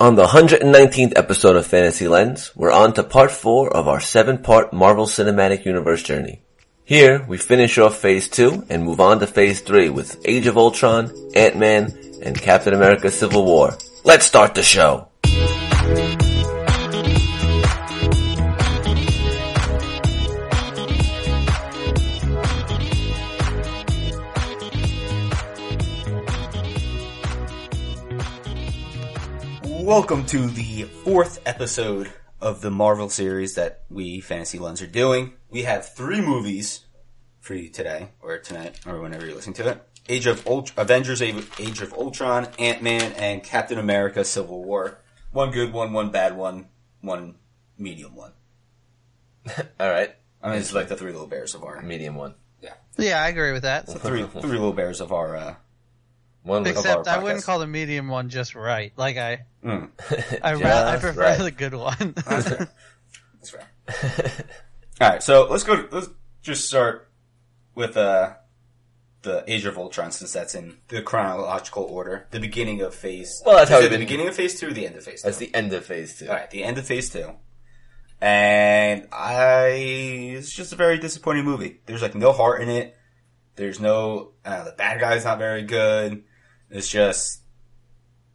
On the hundred and nineteenth episode of Fantasylands, we're on to part four of our seven-part Marvel Cinematic Universe journey. Here, we finish off phase two and move on to phase three with Age of Ultron, Ant-Man, and Captain America Civil War. Let's start the show! Welcome to the fourth episode of the Marvel series that we Fantasy Lens are doing. We have three movies for you today, or tonight, or whenever you're listening to it. Age of Ult- Avengers, A- Age of Ultron, Ant Man, and Captain America: Civil War. One good one, one bad one, one medium one. Alright, I mean, it's like the three little bears of our medium one. Yeah, I agree with that. three three little bears of our. Uh, One was, Except I podcast. wouldn't call the medium one just right. Like I, mm, I, ra- I Just prefer right. the good one. that's fair. All right, so let's go. Let's just start with uh, the Age of Ultron, since that's in the chronological order, the beginning of phase. Well, that's how is it we've the been- beginning of phase two, or the end of phase. Two? that's the end of phase two. All right, the end of phase two, and I it's just a very disappointing movie. There's like no heart in it. There's no uh, the bad guy's not very good. It's just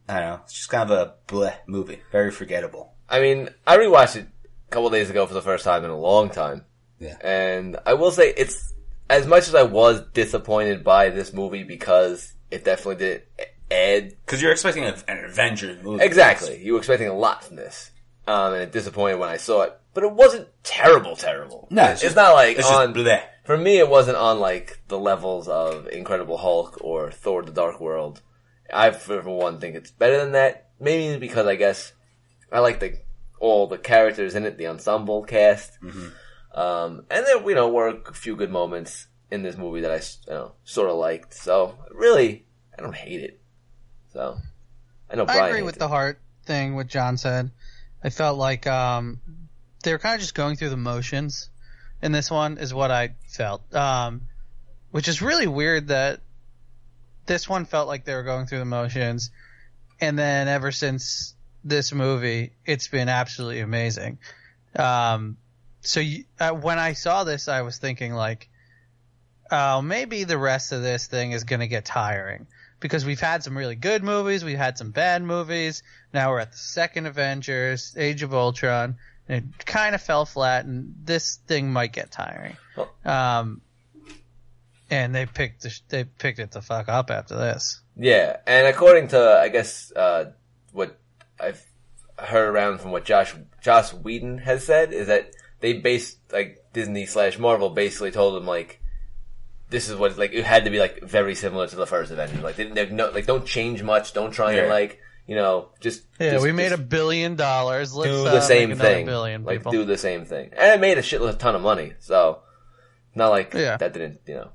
I don't know. It's just kind of a bleh movie, very forgettable. I mean, I rewatched it a couple days ago for the first time in a long time. Yeah. And I will say it's as much as I was disappointed by this movie because it definitely e-, did add Because you're expecting a, an Avengers movie. exactly. You were expecting a lot from this, um, and it disappointed when I saw it. But it wasn't terrible, terrible. No, it's it's, just- not like It's on. just bleh. For me, it wasn't on like the levels of Incredible Hulk or Thor: The Dark World. I, for one, think it's better than that. Maybe because I guess I like the all the characters in it, the ensemble cast, Mm-hmm. um, and there you know were a few good moments in this movie that I s- you know, sort of liked. So really, I don't hate it. So I know Brian I agree hates with it. the heart thing. What John said, I felt like um, they were kind of just going through the motions. In this one is what I felt, um, which is really weird that this one felt like they were going through the motions, and then ever since this movie, it's been absolutely amazing. Um, so you, uh, when I saw this, I was thinking like, oh, maybe the rest of this thing is going to get tiring because we've had some really good movies, we've had some bad movies. Now we're at the second Avengers, Age of Ultron, and it kind of fell flat. And this thing might get tiring. Well- Um, and they picked the, sh- they picked it the fuck up after this. Yeah, and according to I guess uh, what I've heard around from what Josh Josh Whedon has said is that they based like Disney slash Marvel basically told them like this is what like it had to be like very similar to the first Avengers like they didn't have no like don't change much don't try and Yeah. like you know just Yeah, just- we made just a billion dollars. Let's do uh, the same make another thing Billion like people. do the same thing and it made a shitload ton of money so not like Yeah. that didn't you know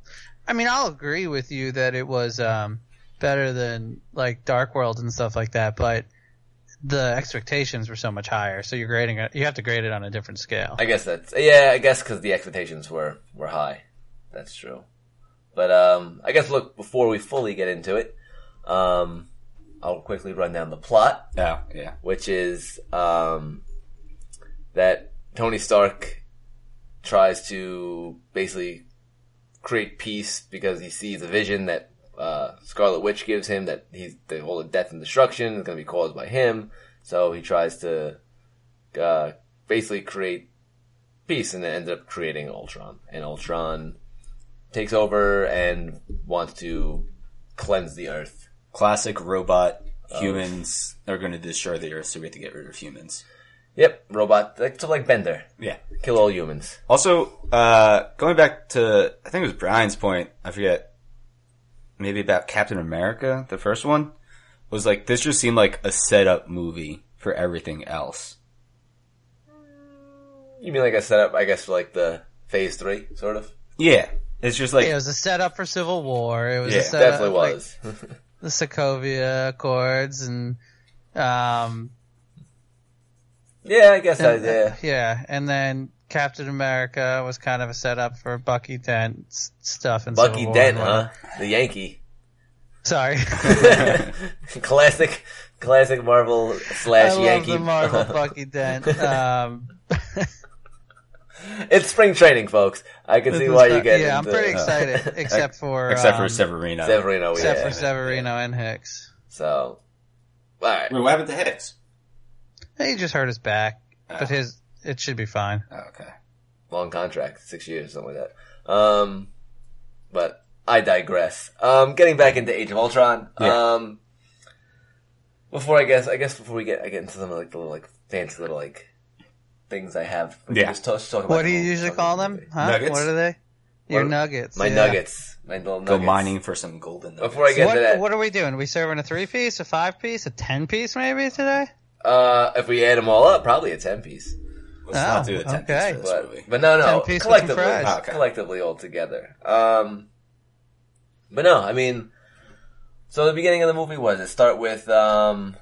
I mean, I'll agree with you that it was um, better than like Dark World and stuff like that, but the expectations were so much higher. So you're grading it. You have to grade it on a different scale. I guess that's yeah. I guess because the expectations were were high. That's true. But um, I guess look before we fully get into it, um, I'll quickly run down the plot, Yeah, yeah. which is um, that Tony Stark tries to basically create peace because he sees a vision that uh, Scarlet Witch gives him that he's the whole death and destruction is going to be caused by him. So he tries to uh, basically create peace and then ended up creating Ultron. And Ultron takes over and wants to cleanse the earth. Classic robot humans are going to destroy the earth, so we have to get rid of humans. Yep, robot. Like, so like Bender. Yeah. Kill all humans. Also, uh, going back to I think it was Brian's point. I forget. Maybe about Captain America, the first one was like this. Just seemed like a setup movie for everything else. You mean like I set up, I guess, for like the phase three, sort of? Yeah, it's just like it was a setup for Civil War. It was Yeah, a setup, Definitely Uh, like, was. the Sokovia Accords and um yeah, I guess I, and- Oh, yeah. yeah, and then Captain America was kind of a setup for Bucky Dent s- stuff and Bucky Civil War. Dent, huh? The Yankee. Sorry. classic, classic Marvel slash I love Yankee. the Marvel fucking dent. Um, it's spring training, folks. I can see why you get. yeah, I'm into- pretty excited. Except for Except for um, Severino. Severino, except yeah. for Severino and Hicks. So, all right. Wait, what happened to headaches? He just hurt his back, Ah. but his it should be fine. Oh, okay. long contract, six years, something like that. Um, but I digress. Um, getting back into Age of Ultron. Yeah. Um, before I guess, I guess before we get, I get into some of like the little like fancy little like things I have. We can Yeah. Just talk, just talk about What do you the- usually call them? Huh? Nuggets? What are they? Your What- nuggets. My yeah. nuggets. My little Go nuggets. mining for some golden. Nuggets. Before I get to What, that, what are we doing? we serving a three piece, a five piece, a ten piece maybe today? uh, if we add them all up, probably a ten piece. Let's Oh, not do the ten okay. piece for this But, movie. but no, no, 10 piece with some collectively, fries. Oh, okay. collectively all together. Um, but no, I mean, so the beginning of the movie was it start with um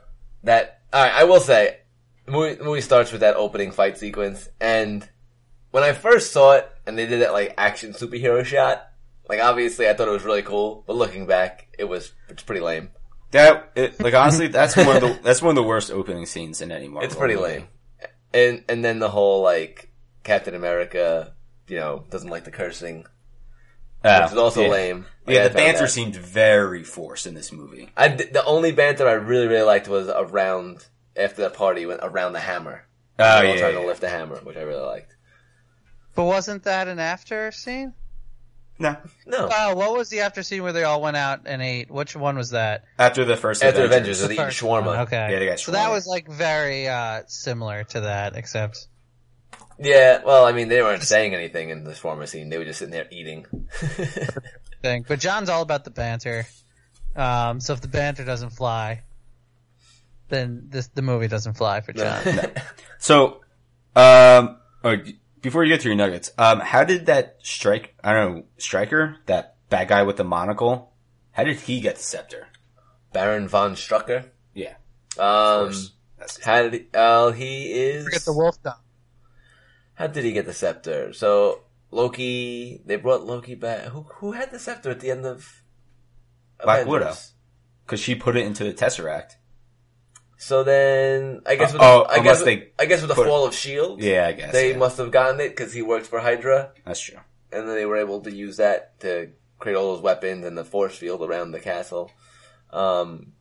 that. All right, I will say, the movie, the movie starts with that opening fight sequence, and when I first saw it, and they did that like action superhero shot. Like obviously, I thought it was really cool, but looking back, it was it's pretty lame. That it, like honestly, that's one of the that's one of the worst opening scenes in any Marvel. It's pretty movie. lame. And and then the whole like Captain America, you know, doesn't like the cursing, Oh, which is also yeah. lame. Like, Yeah, I the found banter that. seemed very forced in this movie. I d- the only banter I really really liked was around after the party went around the hammer. They Oh were all yeah, trying yeah. to lift the hammer, which I really liked. But wasn't that an after scene? no. No, Wow, what was the after scene where they all went out and ate? Which one was that? After the first after Avengers, Avengers, they eating First shawarma. one, Okay. Yeah, they got So that shawarma. was like very uh, similar to that, except Yeah, well, I mean, they weren't saying anything in this former scene. They were just sitting there eating. thing. But John's all about the banter. Um, so if the banter doesn't fly, then this the movie doesn't fly for John. So, um, or d- before you get to your nuggets, um, how did that strike? I don't know, striker, that bad guy with the monocle. How did he get the scepter? Baron von Strucker. Yeah, Um, course. That's his- how did he, uh, he is? Forget the wolf dog. How did he get the scepter? So Loki, they brought Loki back. Who who had the scepter at the end of Black Avengers? Widow. because she put it into the tesseract. So then, I guess with the, Uh, oh, I unless guess they I guess with the put- fall of Shield, Yeah, I guess they yeah. must have gotten it because he worked for Hydra, That's true. and then they were able to use that to create all those weapons and the force field around the castle. Um,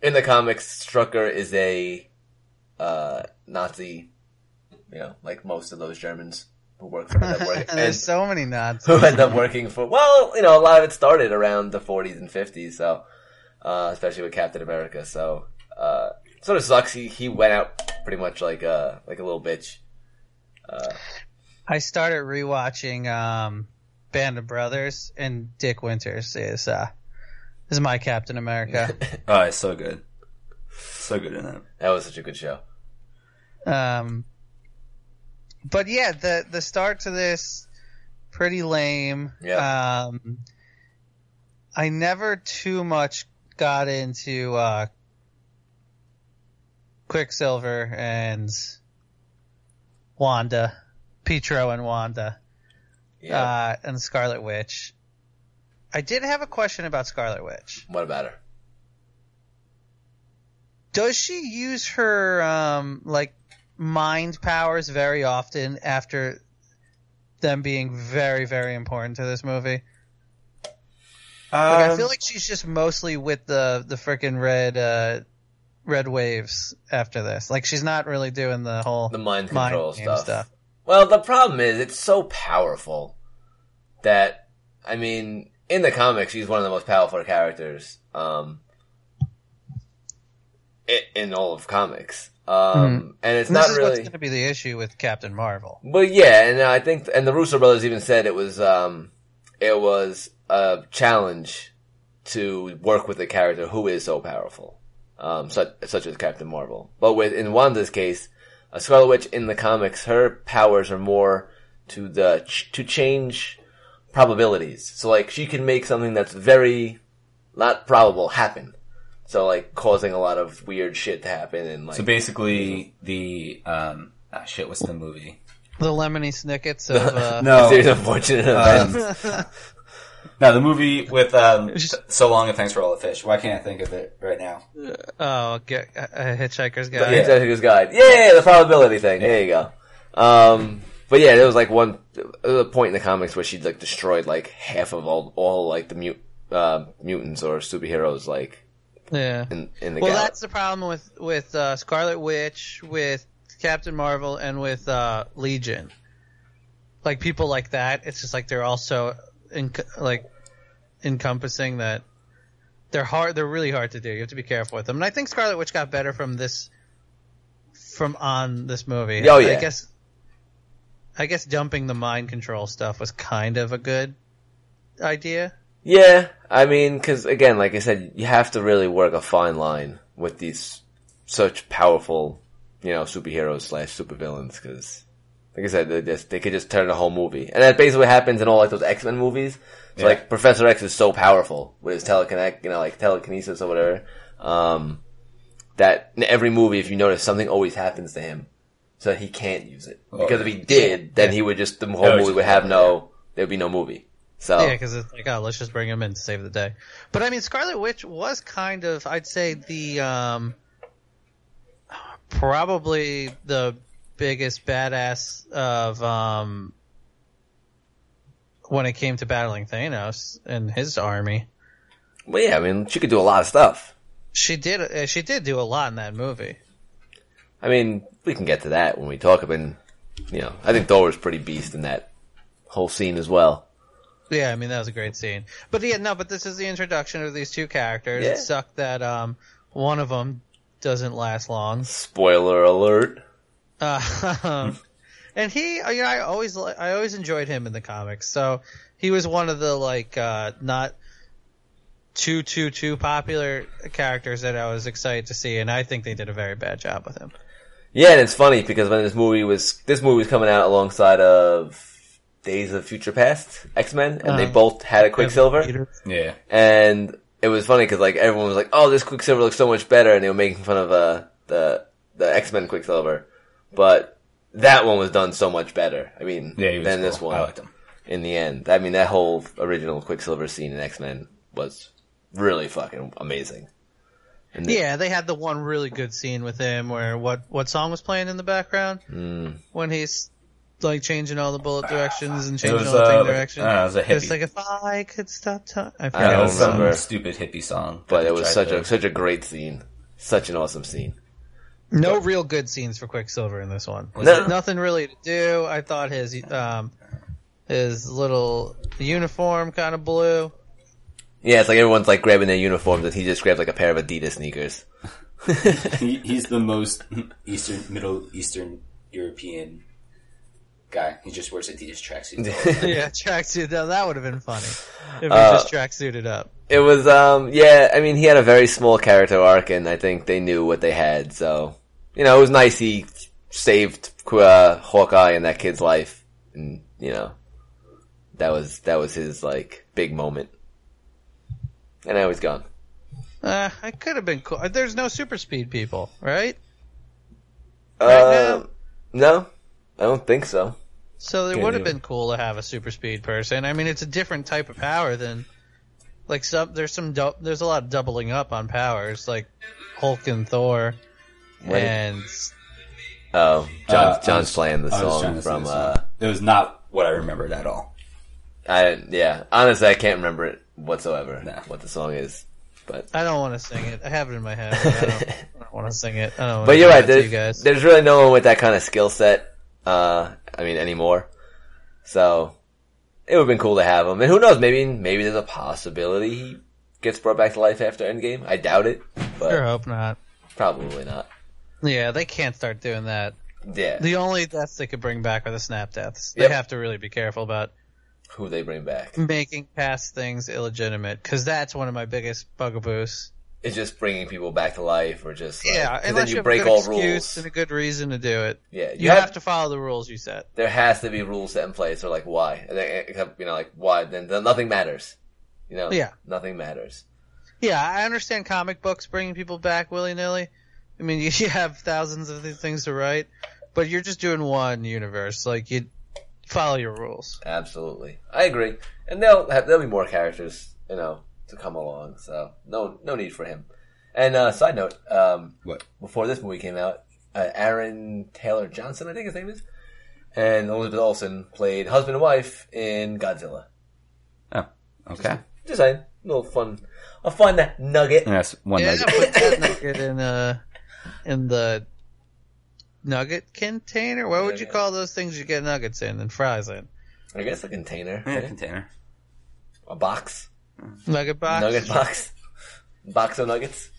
in the comics, Strucker is a uh, Nazi, you know, like most of those Germans who work for that work, and There's so many nods. who end up working for. Well, you know, a lot of it started around the 40s and 50s, so uh, especially with Captain America. So uh, sort of sucks. He he went out pretty much like a like a little bitch. I started rewatching um, Band of Brothers, and Dick Winters is uh, is my Captain America. Oh, it's so good, so good in that. That was such a good show. Um, but yeah, the the start to this pretty lame. Yeah. Um, I never too much got into uh, Quicksilver and Wanda, Petro and Wanda, Yeah. uh, and Scarlet Witch. I did have a question about Scarlet Witch what about her? does she use her um like mind powers very often after them being very very important to this movie like, i Um, feel like she's just mostly with the the freaking red uh red waves after this like she's not really doing the whole The mind Mind control game stuff. stuff. Well, the problem is it's so powerful that I mean, in the comics, she's one of the most powerful characters. Um, i- in all of comics. Um, and it's Mm-hmm. and not this is really what's going to be the issue with captain marvel Well, yeah, and I think, and the Russo brothers even said it was, um, it was a challenge to work with a character who is so powerful, um, such, such as Captain Marvel. But with, in Wanda's case, a Scarlet Witch in the comics, her powers are more to the, ch- to change probabilities. So like, she can make something that's very not probable happen. So like, causing a lot of weird shit to happen and like, so basically, the um, ah, shit. What's the movie? the lemony snickets of uh, a series of unfortunate events. Um, No, the movie with um, was just- So Long and Thanks for All the Fish. Why can't I think of it right now? Oh, okay. a a Hitchhiker's The Guide. Yeah. Executive Guide. Yeah, the probability thing. There you go. Um, but yeah, there was like one there was a point in the comics where she'd like destroyed like half of all all like the mut- uh, mutants or superheroes like Yeah. in in the Well, gal- that's the problem with with uh, Scarlet Witch, with Captain Marvel, and with uh, Legion. Like people like that, it's just like they're also in, like encompassing that. They're hard. They're really hard to do. You have to be careful with them. And I think Scarlet Witch got better from this, from on this movie. Oh, yeah. I guess. I guess dumping the mind control stuff was kind of a good idea. Yeah, I mean, because again, like I said, you have to really work a fine line with these such powerful, you know, superheroes slash supervillains. Because, like I said, they just they could just turn the whole movie, and that basically happens in all like those X Men movies. So, Yeah. Like Professor X is so powerful with his telekinetic, you know, like telekinesis or whatever. Um, that in every movie, if you notice, something always happens to him, so he can't use it. Oh, because if he did, then he would just the whole it's movie would just- have no, there would be no movie. So Yeah, because it's like, oh, let's just bring him in to save the day. But I mean, Scarlet Witch was kind of, I'd say, the um, probably the biggest badass of um, when it came to battling Thanos and his army. Well, yeah, I mean, she could do a lot of stuff. She did, uh, she did do a lot in that movie. I mean, we can get to that when we talk about, you know, I think Thor was pretty beast in that whole scene as well. Yeah, I mean that was a great scene. But yeah, no, but this is the introduction of these two characters. Yeah. It sucked that um, one of them doesn't last long. Spoiler alert. Uh, and he, you know, I always, li- I always enjoyed him in the comics. So he was one of the like uh, not too, too, too popular characters that I was excited to see, and I think they did a very bad job with him. Yeah, and it's funny because when this movie was, this movie was coming out alongside of Days of Future Past, X-Men, and they Uh-huh. Uh, both had a Quicksilver. Peter. Yeah. And it was funny because like everyone was like, oh, this Quicksilver looks so much better, and they were making fun of, uh, the, the X-Men Quicksilver. But that one was done so much better. I mean, Yeah, he was than cool. this one. I liked him. in the end. I mean, that whole original Quicksilver scene in X Men was really fucking amazing. And the- Yeah, they had the one really good scene with him where what what song was playing in the background Hmm. when he's like changing all the bullet directions and It changing was, all the uh, thing like- directions. I don't know, it was a it's hippie. like if I could stop time. I I Yeah, it forgot don't was some remember. stupid hippie song. but it was Tried such to- a such a great scene, such an awesome scene. No real good scenes for Quicksilver in this one. No. it? Nothing really to do. I thought his um his little uniform kind of blue. Yeah, it's like everyone's like grabbing their uniforms, and he just grabbed like a pair of Adidas sneakers. He, he's the most Eastern, Middle Eastern European guy. He just wears Adidas tracksuits. all the time. Yeah, tracksuit. Now that would have been funny if he just tracksuited up. It was, um, yeah. I mean, he had a very small character arc, and I think they knew what they had. So, you know, it was nice he saved uh, Hawkeye and that kid's life, and you know, that was that was his like big moment. And now he's gone. Uh, it could have been cool. There's no super speed people, right? Uh, no, I don't think so. So it would have either. been cool to have a super speed person. I mean, it's a different type of power than like some. There's some. dou there's a lot of doubling up on powers, like Hulk and Thor, Wait. and Oh, John, Uh, I John's was- playing the I was trying song to from. sing Uh, this song. it was not what I remembered at all. I yeah. Honestly, I can't remember it whatsoever. Nah. What the song is, but I don't want to sing it. I have it in my head. But I don't, I don't want to sing it. I don't. wanna But you're give right. it to There's, you guys. there's really no one with that kind of skill set. Uh, I mean, anymore. So it would have been cool to have him. And who knows? Maybe maybe there's a possibility he gets brought back to life after Endgame. I doubt it, but Sure, hope not. probably not. Yeah, they can't start doing that. Yeah, The only deaths they could bring back are the snap deaths. They Yep. have to really be careful about who they bring back? making past things illegitimate because that's one of my biggest bugaboos. It's just bringing people back to life, or just like, Yeah, 'cause then unless you, you, have break a good all excuse rules. and a good reason to do it. Yeah, you you, have, have- to follow the rules you set. There has to be rules set in place, or like why? And then, except, you know, like why? Then, then nothing matters. You know, Yeah. nothing matters. Yeah, I understand comic books bringing people back willy nilly. I mean, you, you have thousands of these things to write, but you're just doing one universe. Like you, Follow your rules. Absolutely, I agree. And they'll have, there'll be more characters, you know, to come along. So no no need for him. And uh, side note, um, What? before this movie came out, uh, Aaron Taylor Johnson, I think his name is, and Elizabeth Olsen played husband and wife in Godzilla. Oh, okay. Just saying, little fun. I'll find that nugget. And that's one Yeah, nugget. put that nugget in the in the nugget container. What would you call those things you get nuggets in and fries in? I guess a container, Yeah, right? container. a box, Nugget box. nugget box, box of nuggets.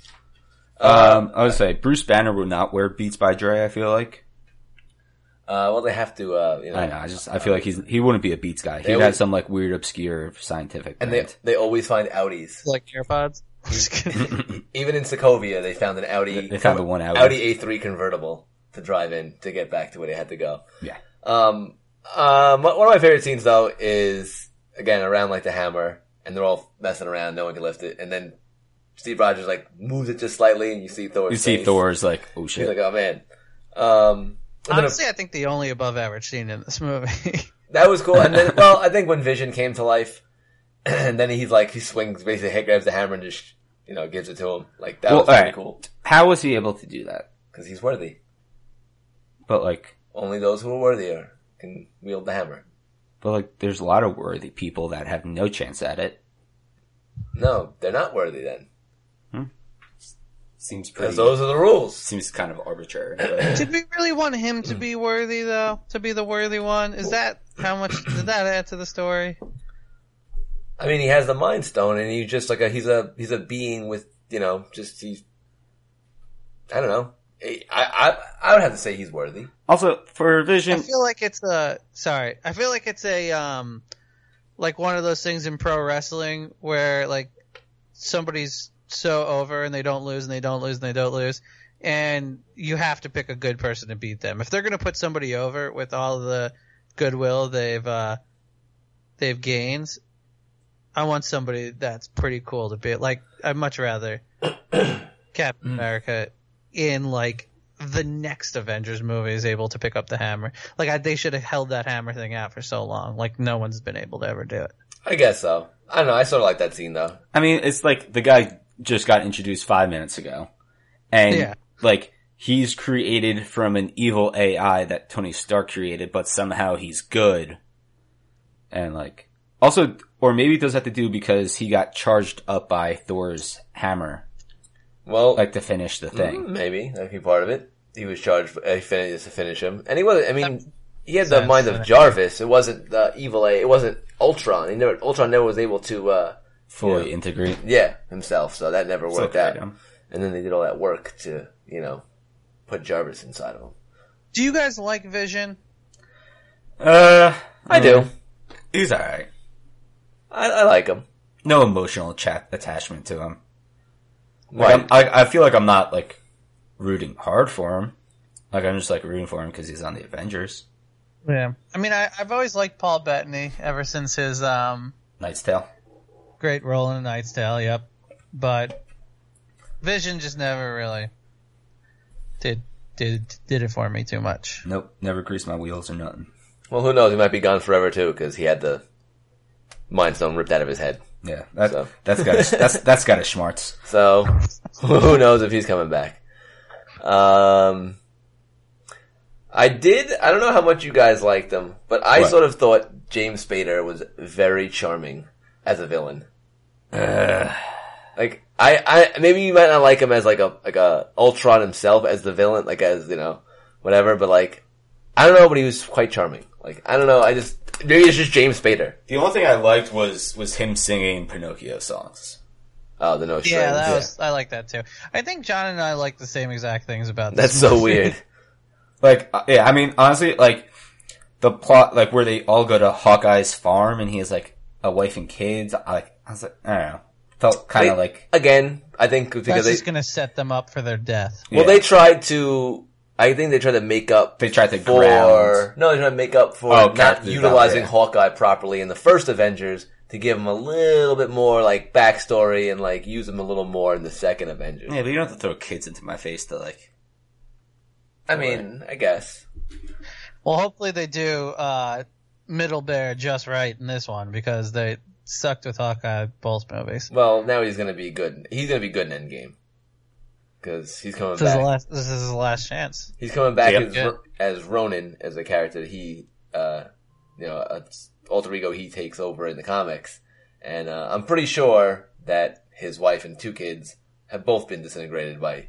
Uh, Um, I would say Bruce Banner would not wear Beats by Dre. I feel like. Uh, well, they have to, uh, you know, I know. I just I feel like he's he wouldn't be a Beats guy. He'd They have would- some like weird, obscure scientific. and And they they always find Audis. like AirPods. Just kidding. Even in Sokovia, they found an Audi. They found the one Audi. Audi A3 convertible to drive in to get back to where they had to go. yeah. Um, um, one of my favorite scenes though is again around like the hammer, and they're all messing around. No one can lift it, and then Steve Rogers like moves it just slightly, and you see Thor. You see face. Thor's like, oh shit. He's like, oh man. Um, and then a- Honestly, I think the only above average scene in this movie. that was cool. And then, well, I think when Vision came to life, and then he's like, he swings, basically, hit, grabs the hammer and just, you know, gives it to him. Like that Well, was pretty alright. cool How was he able to do that? because he's worthy. But like, Only those who are worthier can wield the hammer. but like, there's a lot of worthy people that have no chance at it. No, they're not worthy then. Seems Because those are the rules. seems kind of arbitrary. Did we really want him to be worthy though? To be the worthy one? Is that how much did that add to the story? I mean, he has the mind stone and he's just like a, he's a, he's a being with, you know, just he's, I don't know. I, I, I would have to say he's worthy. also, for I Vision, feel like it's a sorry. I feel like it's a um like one of those things in pro wrestling where like somebody's so over and they don't lose and they don't lose and they don't lose and you have to pick a good person to beat them. If they're going to put somebody over with all the goodwill they've uh they've gained, I want somebody that's pretty cool to beat. Like I'd much rather Captain America in like the next Avengers movie is able to pick up the hammer. Like I, they should have held that hammer thing out for so long. Like no one's been able to ever do it. I guess so. I don't know. I sort of like that scene though. I mean, it's like the guy just got introduced five minutes ago, and Yeah. like he's created from an evil AI that Tony Stark created, but somehow he's good, and like also, or maybe it does have to do because he got charged up by Thor's hammer, Well, like to finish the thing. Mm, Maybe that could be part of it. He was charged for, uh, fin- just to finish him, and he wasn't. I mean, he had the That's- mind of Jarvis. It wasn't the evil. A, it wasn't Ultron. He never Ultron never was able to. Uh, Fully integrate. yeah, himself. So that never worked okay, out. yeah. And then they did all that work to you know put Jarvis inside of him. Do you guys like Vision? Uh, I do. He's alright. Hmm. I, I like him. No emotional chat attachment to him. Like, Like, I'm, I, I feel like I'm not like rooting hard for him. Like I'm just like rooting for him because he's on the Avengers. Yeah. I mean, I, I've always liked Paul Bettany ever since his um Knight's Tale. great role in A Knight's Tale. Yep. But Vision just never really did did did it for me too much. Nope, never greased my wheels or nothing. well, who knows? He might be gone forever too because he had the mind stone ripped out of his head. Yeah, that, So. that's got a, that's that's got a schmartz. So who knows if he's coming back? Um, I did. I don't know how much you guys liked him, but I What? sort of thought James Spader was very charming as a villain. Uh. Like I, I maybe you might not like him as like a like a Ultron himself as the villain, like as you know whatever. But like I don't know, but he was quite charming. Like I don't know. I just maybe it's just James Spader. The only thing I liked was was him singing Pinocchio songs. Oh, the no strings. Yeah, that was I like that too. I think John and I like the same exact things about this. That's so weird. Like, uh, yeah, I mean, honestly, like the plot, like where they all go to Hawkeye's farm and he has like a wife and kids. I like, I was like, I don't know, felt kind of They- like Again, I think because That's they, just gonna set them up for their death. Well, Yeah. they tried to. I think they tried to make up. They tried to for ground. no, they tried to make up for Oh, not Captain utilizing Falcon. Hawkeye properly in the first Avengers to give him a little bit more like backstory and like use him a little more in the second Avengers. but you don't have to throw kids into my face to like. I mean, I guess Well, hopefully they do uh, middle bear just right in this one because they sucked with Hawkeye both movies. Well, now he's gonna be good. He's gonna be good in Endgame because he's coming This is, back. the last, this is his last chance. He's coming back Yep. as, Ro- as Ronin as a character that he, uh, you know, a alter ego he takes over in the comics, and uh, I'm pretty sure that his wife and two kids have both been disintegrated by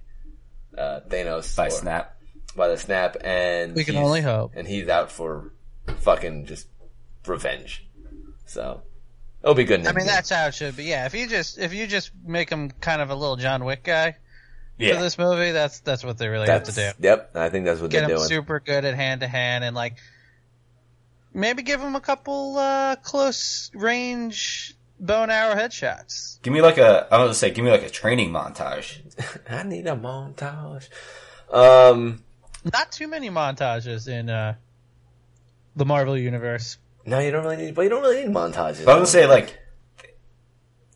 uh, Thanos by or- Snap. by the snap, and We can he's- only hope. And he's out for fucking just revenge. So it'll be good. I Endgame. mean, that's how it should be. Yeah, if you just if you just make him kind of a little John Wick guy for Yeah, this movie, that's that's what they really That's- have to do. Yep, I think that's what Get they're him doing. super good at hand to hand and like maybe give him a couple uh, close range bow and arrow headshots. give me like a. I was gonna say, give me like a training montage. I need a montage. Um, Not too many montages in uh, the Marvel universe. no, you don't really need, but you don't really need montages. But I was gonna say like,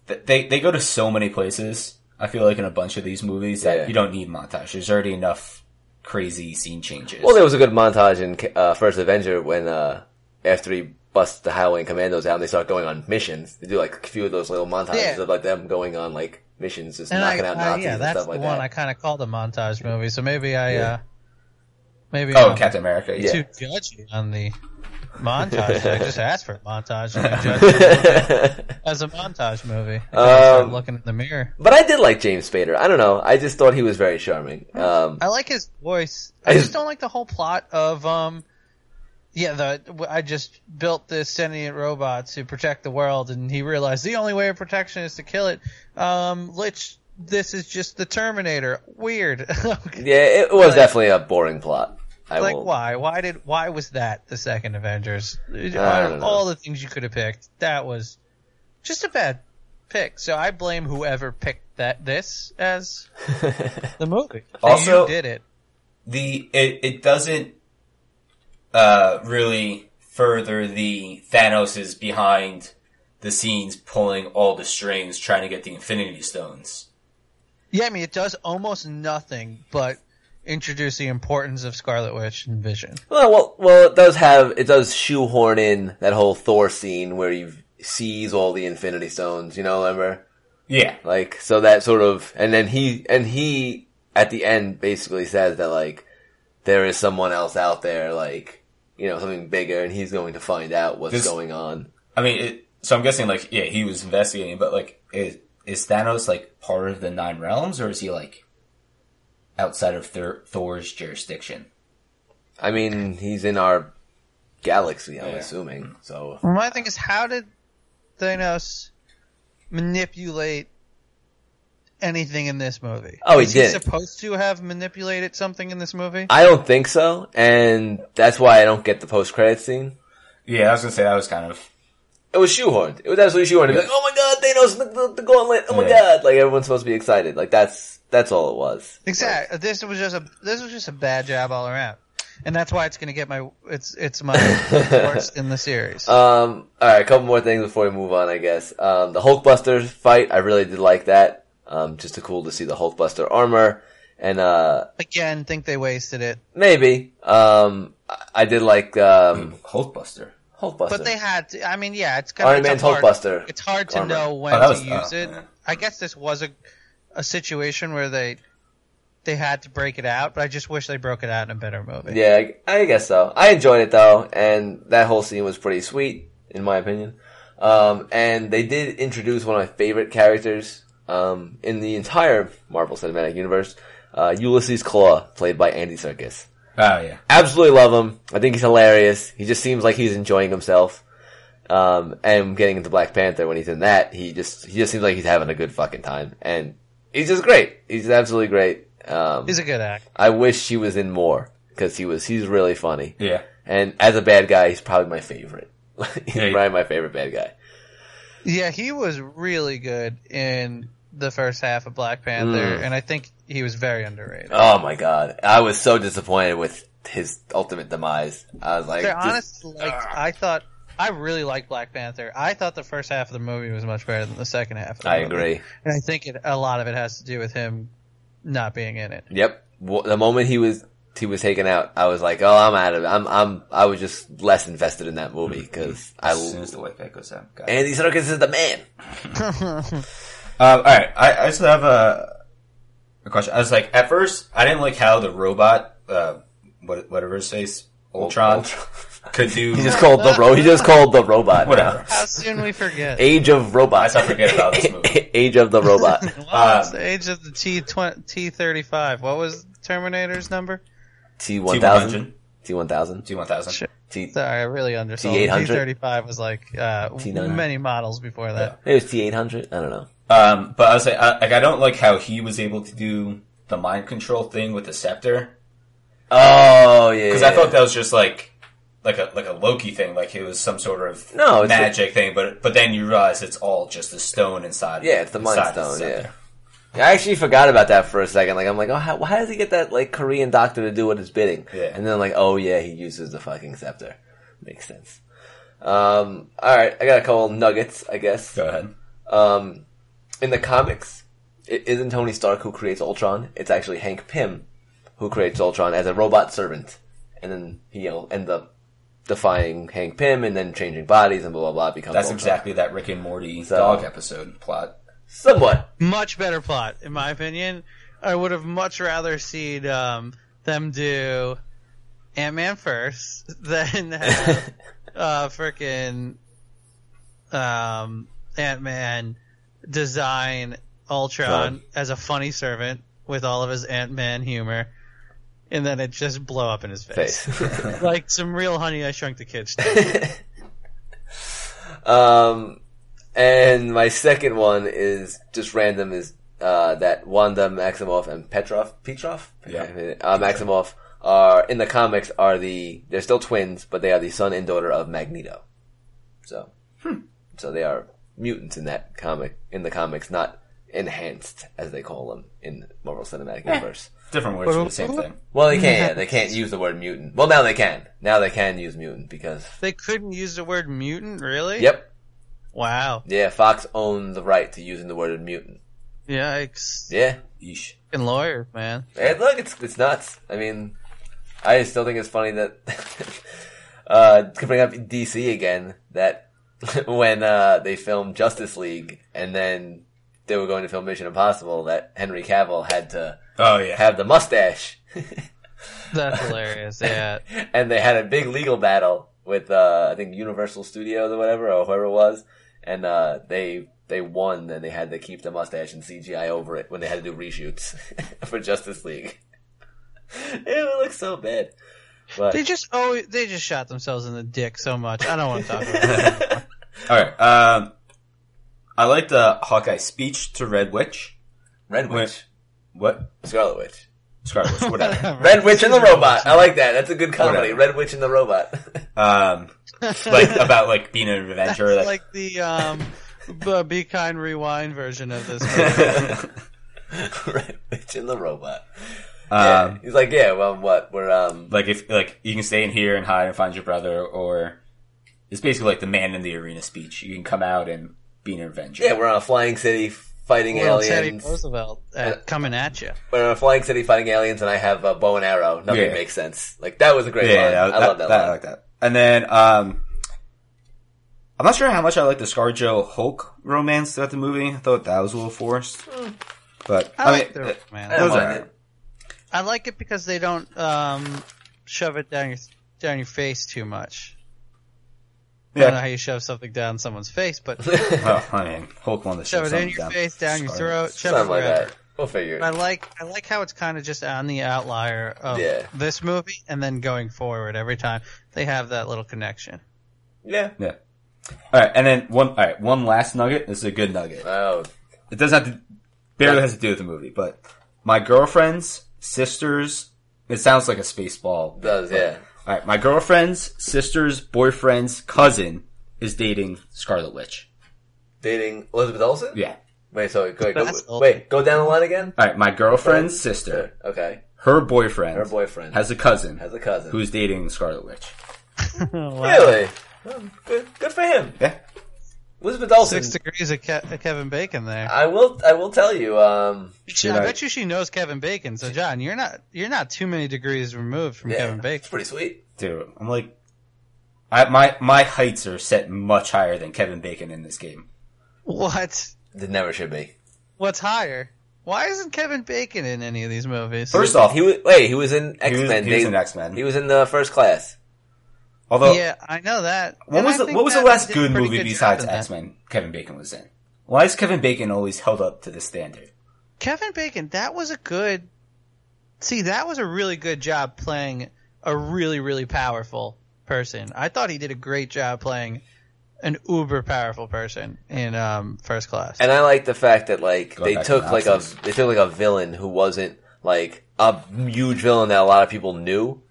th- they they go to so many places. I feel like in a bunch of these movies that Yeah. you don't need montage. There's already enough crazy scene changes. Well, there was a good montage in uh, First Avenger when uh, after he busts the Howling Commandos out, and they start going on missions. They do like a few of those little montages Yeah. of like them going on like missions, just And knocking I, out I- Nazis yeah, and that's stuff like the one I that. kind of call the montage movie. So maybe I Yeah. uh, maybe oh, I'm- Captain America. Yeah. too judgy on the montage. I just asked for a montage. And I judged it as a montage movie. I started Um, looking in the mirror. But I did like James Spader. I don't know. I just thought he was very charming. Hmm. Um, I like his voice. I I just- just don't like the whole plot of um. Yeah, the I just built this sentient robot to protect the world, and he realized the only way of protection is to kill it. Um, which this is just the Terminator. Weird. yeah, it was Like- definitely a boring plot. I like will. why? Why did? Why was that the second Avengers? don't know. All the things you could have picked, that was just a bad pick. So I blame whoever picked that this as the movie. They Also- knew did it. the it, it doesn't uh, really further the Thanos is behind the scenes pulling all the strings trying to get the Infinity Stones. Yeah, I mean it does almost nothing but introduce the importance of Scarlet Witch and Vision. Well, well, well, it does have it does shoehorn in that whole Thor scene where he sees all the Infinity Stones. You know, remember? Yeah, Like so that sort of, and then he and he at the end basically says that like there is someone else out there, like you know something bigger, and he's going to find out what's This- going on. I mean, it, so I'm guessing like yeah, he was investigating, but like is, is Thanos like part of the Nine Realms or is he like outside of Thor, Thor's jurisdiction? I mean, he's in our galaxy. I'm Yeah. assuming so. My thing is, how did Thanos manipulate anything in this movie? Oh, he is didn't. supposed to have manipulated something in this movie? I don't think so, and that's why I don't get the post credit scene. Yeah, I was gonna say that was kind of It was shoehorned. It was absolutely shoehorned. It was like, oh my god, Thanos, the, the, the gauntlet. Oh my Yeah. god! Like everyone's supposed to be excited. Like that's that's all it was. Exactly. This was just a this was just a bad job all around, and that's why it's going to get my it's it's my worst in the series. Um, all right, a couple more things before we move on, I guess. Um, the Hulkbuster fight, I really did like that. Um, just cool to see the Hulkbuster armor, and uh, Again, think they wasted it, maybe um, I, I did like um, Hulkbuster. Hulkbuster. but they had. To, I mean, yeah, it's kind Iron of Man's it's hard, Hulkbuster. It's hard to armor. know when Oh, that to was- use oh, it. yeah. I guess this was a a situation where they they had to break it out, but I just wish they broke it out in a better movie. Yeah, I, I guess so. I enjoyed it though, and that whole scene was pretty sweet, in my opinion. Um, and they did introduce one of my favorite characters um, in the entire Marvel Cinematic Universe, uh, Ulysses Claw, played by Andy Serkis. Oh yeah, Absolutely love him. I think he's hilarious. He just seems like he's enjoying himself. Um, and getting into Black Panther when he's in that, he just he just seems like he's having a good fucking time, and he's just great. He's absolutely great. Um, He's a good act. I wish he was in more because he was he's really funny. yeah. And as a bad guy, he's probably my favorite. he's Yeah, he- probably my favorite bad guy. Yeah, he was really good in the first half of Black Panther, Mm. and I think he was very underrated. Oh my god, I was so disappointed with his ultimate demise. I was like, They're just- honest. Like I thought, I really liked Black Panther. I thought the first half of the movie was much better than the second half. Of the I movie. agree. and I think it, a lot of it has to do with him not being in it. Yep. Wh- The moment he was he was taken out, I was like, oh, I'm out of it. I'm, I'm, I was just less invested in that movie because I, As soon as the white guy goes out. Got it. Andy Serkis is the man. Um, all right, I, I just have a, a question. I was like, at first, I didn't like how the robot, uh, what, whatever his face, Ultron, could do He just called the ro- he just called the robot. whatever. How soon we forget. Age of robots. I forget about this movie. Age of the robot. Wow, uh, it's the age of the T T thirty five. What was Terminator's number? T T one thousand. one T one thousand. thousand. Shit. T Sorry, I really undersold. T T800? thirty five was like uh, T900. many models before that. it was T eight hundred. I don't know. Um, but I was like, I, like, I don't like how he was able to do the mind control thing with the scepter Oh yeah. because I yeah. thought that was just like like a like a Loki thing, like it was some sort of No, it's magic thing. But but then you realize it's all just the stone inside. Yeah, it's the Mind inside Stone. Yeah. scepter. I actually forgot about that for a second. Like, I'm like, oh, how, how does he get that like Korean doctor to do what is bidding? Yeah. And then like, oh yeah, he uses the fucking scepter. Makes sense. Um, all right, I got a couple nuggets, I guess. Go ahead. Um, in the comics, it isn't Tony Stark who creates Ultron. It's actually Hank Pym who creates Ultron as a robot servant, and then he'll end up defying Hank Pym and then changing bodies and blah blah blah. Becomes That's Ultron. exactly that Rick and Morty So- dog episode plot. somewhat Much better plot, in my opinion. I would have much rather seen um, them do Ant Man first, then have uh, freaking um, Ant Man design Ultron Fun. as a funny servant with all of his Ant Man humor, and then it just blow up in his face. face. like some real Honey I Shrunk the Kids. stuff. Um, and my second one is just random is uh, that Wanda Maximoff and Petrov Petrov Yeah. uh, Maximoff are in the comics are the they're still twins but they are the son and daughter of Magneto. So so they are mutants in that comic in the comics not enhanced as they call them in Marvel Cinematic Universe. Different words for the same thing. Well, they can't. They can't use the word mutant. Well, now they can. Now they can use mutant because they couldn't use the word mutant, really? yep, Wow. Yeah, Fox owned the right to using the word mutant. Yikes. Yeah. Yeesh. Fucking lawyers, man. And look, it's it's nuts. I mean, I still think it's funny that uh to bring up DC again that when uh they filmed Justice League and then they were going to film Mission Impossible that Henry Cavill had to Oh yeah. have the mustache That's hilarious. Yeah. and they had a big legal battle with uh, I think Universal Studios or whatever or whoever it was, and uh, they they won. and they had to keep the mustache and CGI over it when they had to do reshoots for Justice League. it looks so bad, but They just oh they just shot themselves in the dick so much. I don't want to talk about it. All right. Um, I like the Hawkeye speech to Red Witch. Red Witch, What? Scarlet Witch, Scarlet Witch. Whatever. Red Witch and the Robot. I like that. That's a good comedy. Whatever. Red Witch and the Robot. um, like about like being an adventurer. Like, It's like the um b- be kind rewind version of this. Movie. uh, Red Witch and the Robot. um, He's like, yeah, well, what? We're um, like if like you can stay in here and hide and find your brother, or it's basically like the man in the arena speech. You can come out and be an adventurer. yeah, we're on a flying city fighting Little Teddy aliens. Roosevelt uh, coming at you. When I'm flying city fighting aliens and I have a bow and arrow, nothing Yeah. makes sense. Like that was a great yeah, line. yeah, I love that, I line. like that. And then um, I'm not sure how much I like the ScarJo Hulk romance throughout the movie. I thought that was a little forced, but Hmm. I, I, like mean, the it- I uh, man. Those don't are mind alright. it. I like it because they don't um shove it down your down your face too much. I don't know yeah. how you shove something down someone's face, but Well, I mean, Hulk won the show. shove it in your face, down your throat, shove it Something like wherever. that. We'll figure it. I like I like how it's kind of just on the outlier of Yeah. this movie, and then going forward every time they have that little connection. Yeah. Yeah. All right, and then one. All right, one last nugget. This is a good nugget. Oh, It doesn't have to barely has to do with the movie, but my girlfriend's sister's. It sounds like a space ball. does yeah. All right, my girlfriend's sister's boyfriend's cousin is dating Scarlet Witch. Dating Elizabeth Olsen. Yeah. Wait, so go, go, That's- wait, go down the line again. All right, my girlfriend's sister, Okay, her boyfriend, her boyfriend has a cousin has a cousin. who is dating Scarlet Witch. really? Well, Good, good for him. Yeah. Elizabeth Olsen. Six degrees of, Ke- of Kevin Bacon there. I will. I will tell you. Um, She- I bet you she knows Kevin Bacon. So John, you're not you're not too many degrees removed from yeah, Kevin It's Bacon. pretty sweet. Dude, I'm like, I, my my heights are set much higher than Kevin Bacon in this game. What? It never should be. What's higher? Why isn't Kevin Bacon in any of these movies? First off, He was. Wait, he was in X he was, Men. he was in X Men. He was in the first class. Although, yeah, I know that. what And was I the, think what was the that last did a good pretty movie job besides in that. X Men Kevin Bacon was in? Why is Kevin Bacon always held up to the standard? Kevin Bacon, that was a good. See, that was a really good job playing a really, really powerful person. I thought he did a great job playing an uber powerful person in um, First Class. And I like the fact that like Going they back took to like Nazis. a they took like a villain who wasn't like a huge villain that a lot of people knew,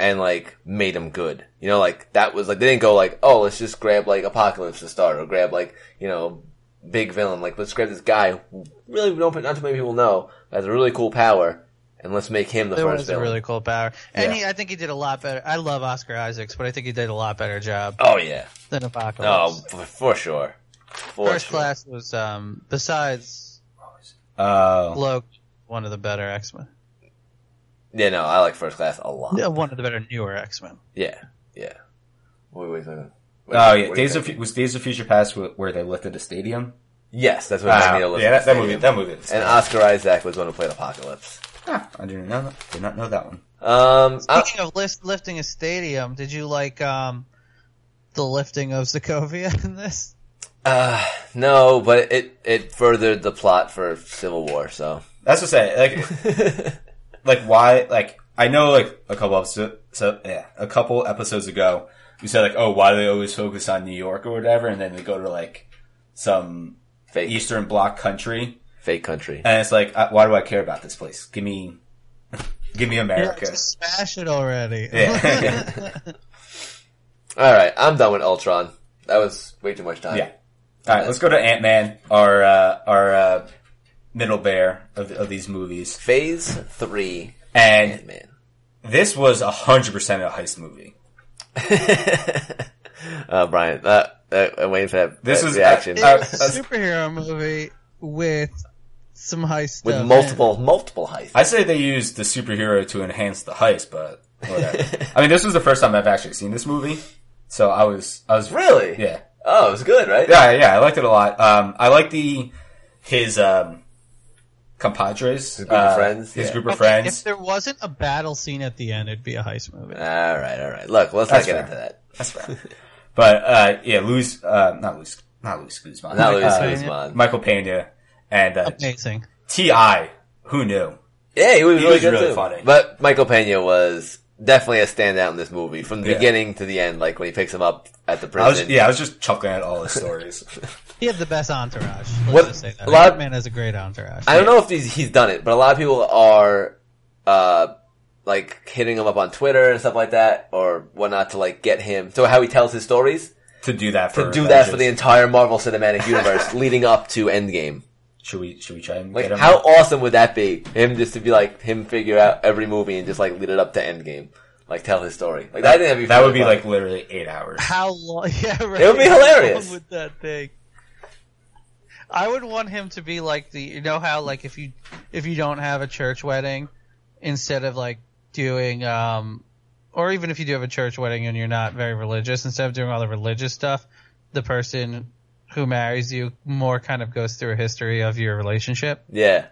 and like made him good. You know, like that was like they didn't go like oh let's just grab like Apocalypse to start or grab like you know big villain like let's grab this guy who really we don't not too many people know has a really cool power and let's make him the It first was a villain. really cool power, and Yeah. he, I think he did a lot better. I love Oscar Isaacs, but I think he did a lot better job oh yeah, than oh Apocalypse. for, for sure. For First sure. Class was um, besides Uh, Loke, one of the better X Men. Yeah, no, I like first class a lot. Yeah, uh, one of the better newer X Men. Yeah, yeah. Wait, wait, wait. oh yeah, Days of Fu- was Days of Future Past wh- where they lifted a stadium. Yes, that's what Wow. I need to listen yeah, that, to. that movie. That movie. is- And Oscar Isaac was one who played Apocalypse. Huh, I didn't know. That. Did not know that one. Um, I, Speaking of list, lifting a stadium, did you like um, the lifting of Sokovia in this? uh, no, but it it furthered the plot for Civil War. So That's what I say. Like, like why? Like I know, like a couple episodes, so yeah, a couple episodes ago, we said like, oh, why do they always focus on New York or whatever, and then they go to like some fake Eastern Bloc country, fake country. and it's like, uh, why do I care about this place? Give me, give me America. Just smash it already. Yeah. All right, I'm done with Ultron. That was way too much time. Yeah. All right, let's go to Ant Man, our uh, our uh, middle bear of, of these movies, Phase three, and man. this was hundred percent a heist movie. uh, Brian, uh, uh, I'm waiting for that. This that is- reaction it Uh, was that's- a superhero movie with some heist with stuff in it. multiple multiple heists. I say they used the superhero to enhance the heist, but whatever. I mean, this was the first time I've actually seen this movie, so I was I was really? yeah Oh, it was good, right? yeah yeah I liked it a lot. Um, I like the his um compadres, his group of friends, his yeah. group of If friends. there wasn't a battle scene at the end, it'd be a heist movie. All right, all right. Look, let's That's not get fair. into that. That's fair. But uh, yeah, Luis, uh, not Luis, not Luis Guzman, Not Luis uh, Guzman. Michael Pena, and uh, Amazing. Ti. Who knew? Yeah, he was He really was good really too. funny. But Michael Pena was definitely a standout in this movie from the Yeah. beginning to the end. Like when he picks him up at the I was prison. yeah, I was just chuckling at all his stories. He had the best entourage. Let's What- just say that. a lot of- Ant-Man has a great entourage. I don't know if he's he's done it, but a lot of people are uh like hitting him up on Twitter and stuff like that or whatnot to like get him. So how he tells his stories to do that for to do that for the Avengers. entire Marvel Cinematic Universe leading up to Endgame. should we should we try and Like get him how awesome would that be? Him just to be like him figure out every movie and just like lead it up to Endgame. Like tell his story. Like that, I think that'd be that would really be fun. like literally eight hours. How long? Yeah, right. It would be How hilarious. long would that take? I would want him to be like the you know how like if you if you don't have a church wedding, instead of like doing um, or even if you do have a church wedding and you're not very religious, instead of doing all the religious stuff, the person who marries you more kind of goes through a history of your relationship. yeah.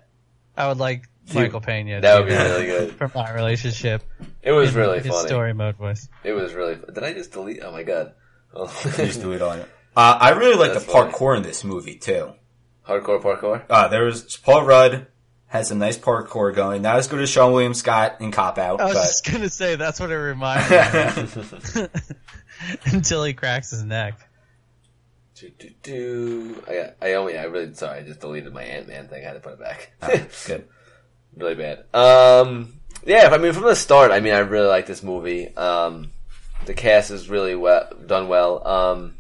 I would like Michael Pena. That to would be really good. from my relationship. It was in really his funny. Story mode was. It was really. Did I just delete? Oh my god. Oh. just do it on it. Uh, I really like the That's funny. parkour in this movie too. Hardcore parkour. Uh, there was Paul Rudd has some nice parkour going. Not as good as Sean William Scott in Cop Out, I was but just gonna say that's what it reminded me. of. until he cracks his neck. Do, do, do. I, got- I only. I really. Sorry. I just deleted my Ant Man thing. I had to put it back. Ah. good. really bad. Um. Yeah. I mean, from the start, I mean, I really like this movie. Um, the cast is really well done. Well. Um,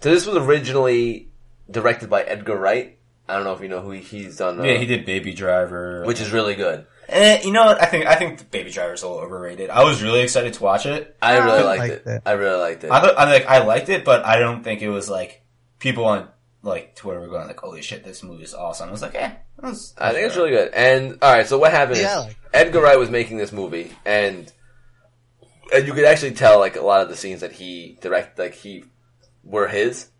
so this was originally directed by Edgar Wright. I don't know if you know who he, he's done. uh, Yeah, he did Baby Driver, Which is really good. Eh, you know what? I think I think the Baby Driver's a little overrated. I was really excited to watch it. I really I liked liked it. it. I really liked it. I thought I like I liked it, but I don't think it was like people on like Twitter were going like, "Holy shit, this movie is awesome!" I was like, "Eh, that was- I think it's really good. And all right, so what happened Yeah, is like- Edgar Wright was making this movie, and and you could actually tell like a lot of the scenes that he direct like he were his,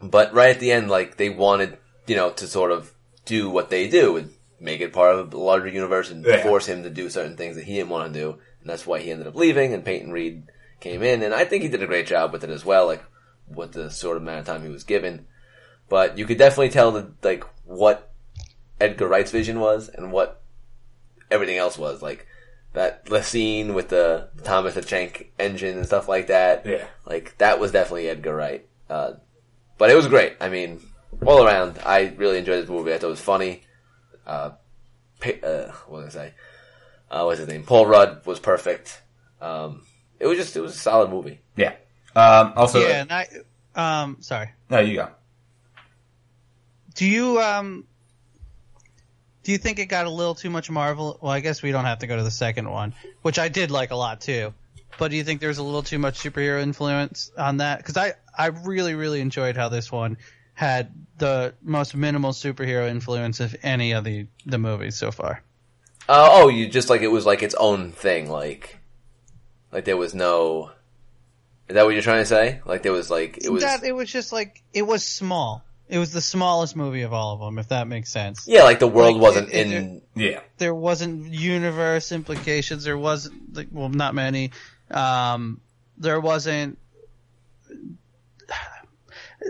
but right at the end, like they wanted you know to sort of do what they do and make it part of a larger universe and Yeah. force him to do certain things that he didn't want to do, and that's why he ended up leaving. And Peyton Reed came in, and I think he did a great job with it as well, like with the sort of amount of time he was given. But you could definitely tell the like what Edgar Wright's vision was and what everything else was. Like that the scene with the Thomas the Tank engine and stuff like that. Yeah. Like that was definitely Edgar Wright. Uh, but it was great. I mean, all around, I really enjoyed this movie. I thought it was funny. Uh, Pa- uh what was I say? Uh, what's his name? Paul Rudd was perfect. Um, it was just it was a solid movie. yeah. Um, also, yeah, and I um sorry. no, you go. Do you um do you think it got a little too much Marvel? Well, I guess we don't have to go to the second one, which I did like a lot too. But do you think there's a little too much superhero influence on that? Because I I really really enjoyed how this one had the most minimal superhero influence of any of the the movies so far. Uh, oh, you just like it was like its own thing, like like there was no. Is that what you're trying to say? Like there was like it was. that it was just like it was small. It was the smallest movie of all of them, if that makes sense. yeah, like the world like, wasn't it- it- in. Yeah, there wasn't universe implications. There wasn't like, well, not many. Um, there wasn't.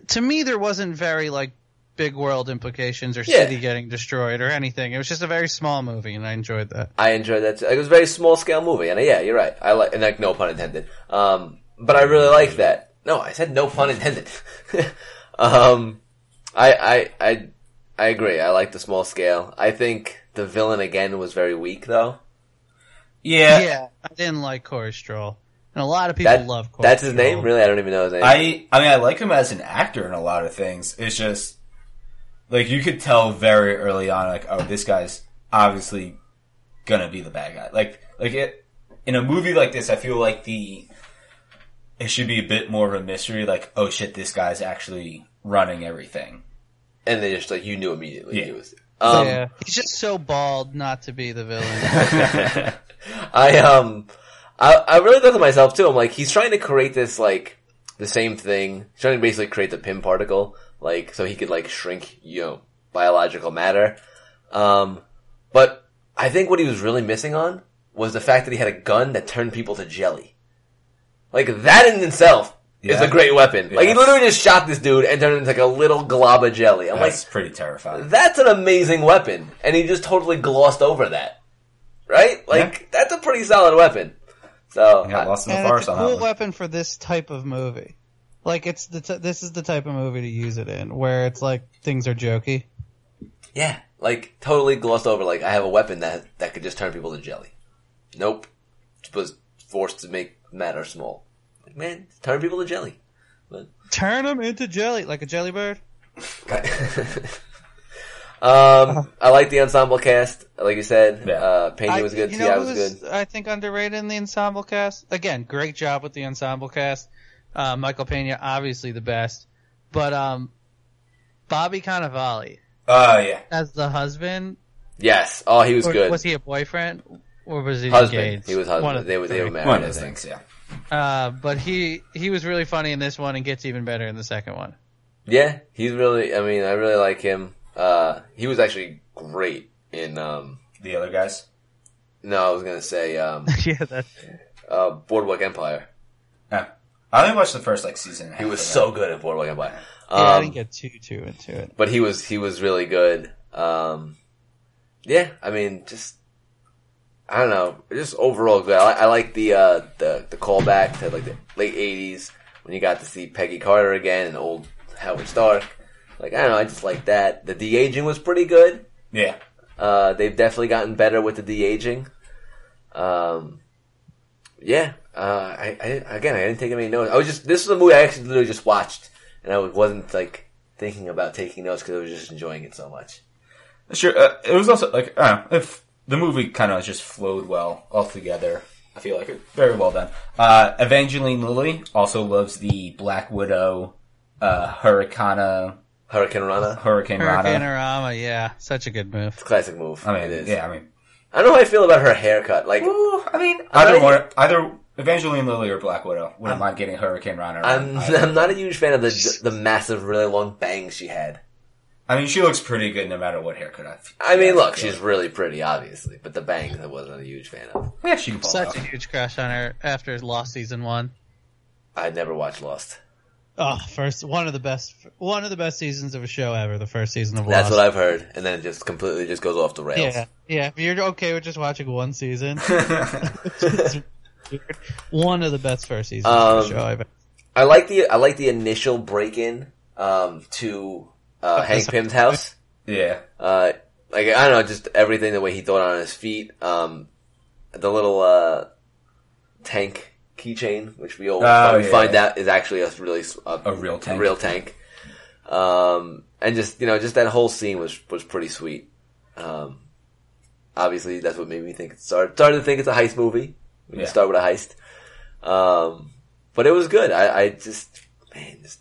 To me, there wasn't very like big world implications or Yeah. city getting destroyed or anything. It was just a very small movie, and I enjoyed that. I enjoyed that. Too. Like, it was a very small scale movie, and uh, yeah, you're right. I like and like no pun intended. Um, but I really like that. No, I said no pun intended. um, I I I I agree. I like the small scale. I think the villain again was very weak though. yeah. Yeah, I didn't like Corey Stroll, and a lot of people That love Corey. that's his Stroll. name. Really, I don't even know his name. I I mean, I like him as an actor in a lot of things. It's just like you could tell very early on, like, oh, this guy's obviously gonna be the bad guy. Like, like it in a movie like this, I feel like the it should be a bit more of a mystery. Like, oh shit, this guy's actually running everything. and they just like you knew immediately. Yeah. He was. Um, yeah, he's just so bald not to be the villain. I um, I, I really thought to myself too. I'm like, he's trying to create this like the same thing. He's trying to basically create the pin particle, like so he could like shrink you know biological matter. Um, but I think what he was really missing on was the fact that he had a gun that turned people to jelly. Like that in itself is Yeah. a great weapon. Like he Yes. literally just shot this dude and turned him into like a little glob of jelly. I'm like, That's pretty terrifying. that's an amazing weapon, and he just totally glossed over that, right? Like Yeah. that's a pretty solid weapon. So I got I- lost in the and forest it's a on that cool one. weapon for this type of movie. Like it's the t- this is the type of movie to use it in, where it's like things are jokey. yeah, like totally glossed over. Like I have a weapon that that could just turn people to jelly. Nope, Just was forced to make matter small. Like man, turn people to jelly. Turn them into jelly, like a jelly bird. um, I like the ensemble cast. Like you said, Uh-huh. Yeah. uh, Pena was good. you Ti know was who's, good. I think underrated in the ensemble cast. Again, great job with the ensemble cast. Uh, Michael Pena, obviously the best, but um, Bobby Cannavale Oh yeah, as the husband. Yes. Oh, he was or good. Was he a boyfriend or was he husband. engaged? He was One of husband. the They were they were three. married. one I of those think. things. Yeah, Uh, but he he was really funny in this one and gets even better in the second one. Yeah, he's really. I mean, I really like him. Uh, he was actually great in. Um, the other guys. no, I was gonna say um, yeah, that's uh, Boardwalk Empire. Yeah. I only watched the first like season. and a He half was of so good at Boardwalk Empire. yeah. I Um, didn't get too too into it. but he was he was really good. Um, yeah, I mean, just I don't know, just overall good. I, I like the uh, the the callback to like the late '80s when you got to see Peggy Carter again and old Howard Stark. Like I don't know, I just like that. The de aging was pretty good. that. Yeah, Uh, they've definitely gotten better with the de aging. Um, yeah. Uh, I, I again, I didn't take any notes. I was just this is a movie I actually literally just watched, and I wasn't like thinking about taking notes because I was just enjoying it so much. Sure. Uh, it was also like I don't know, if the movie kind of just flowed well altogether. I feel like it very well done. Uh, Evangeline Lilly also loves the Black Widow uh, Hurricana, Hurricane Rana. Hurricane Rana. Panorama, yeah, such a good move. Classic move. I mean, it is. yeah, I mean, I don't know how I feel about her haircut. Like, Ooh, I mean, I- either one, either Evangeline Lilly or Black Widow wouldn't I'm- mind getting Hurricane Rana. I'm either. I'm not a huge fan of the the massive, really long bangs she had. I mean, she looks pretty good no matter what haircut. I, I mean, look, Yeah. she's really pretty, obviously, but the bangs I wasn't a huge fan of. yeah, she can pull it Such off. a huge crush on her after Lost season one. I never watched Lost. Oh, first one of the best, one of the best seasons of a show ever. The first season of That's Lost. what I've heard, and then it just completely just goes off the rails. Yeah, yeah. If you're okay with just watching one season, one of the best first seasons Um, of a show I've ever. I like the I like the initial break in um, to uh, Hank Pym's house. yeah, uh, like I don't know, just everything the way he thought on his feet. Um, the little uh, tank keychain, which we all Oh, we yeah. find out is actually a really s- a, A real tank. real tank. Um, and just you know, just that whole scene was was pretty sweet. Um, obviously, that's what made me think. Started started to think it's a heist movie. We can Yeah. start with a heist. Um, but it was good. I, I just man, just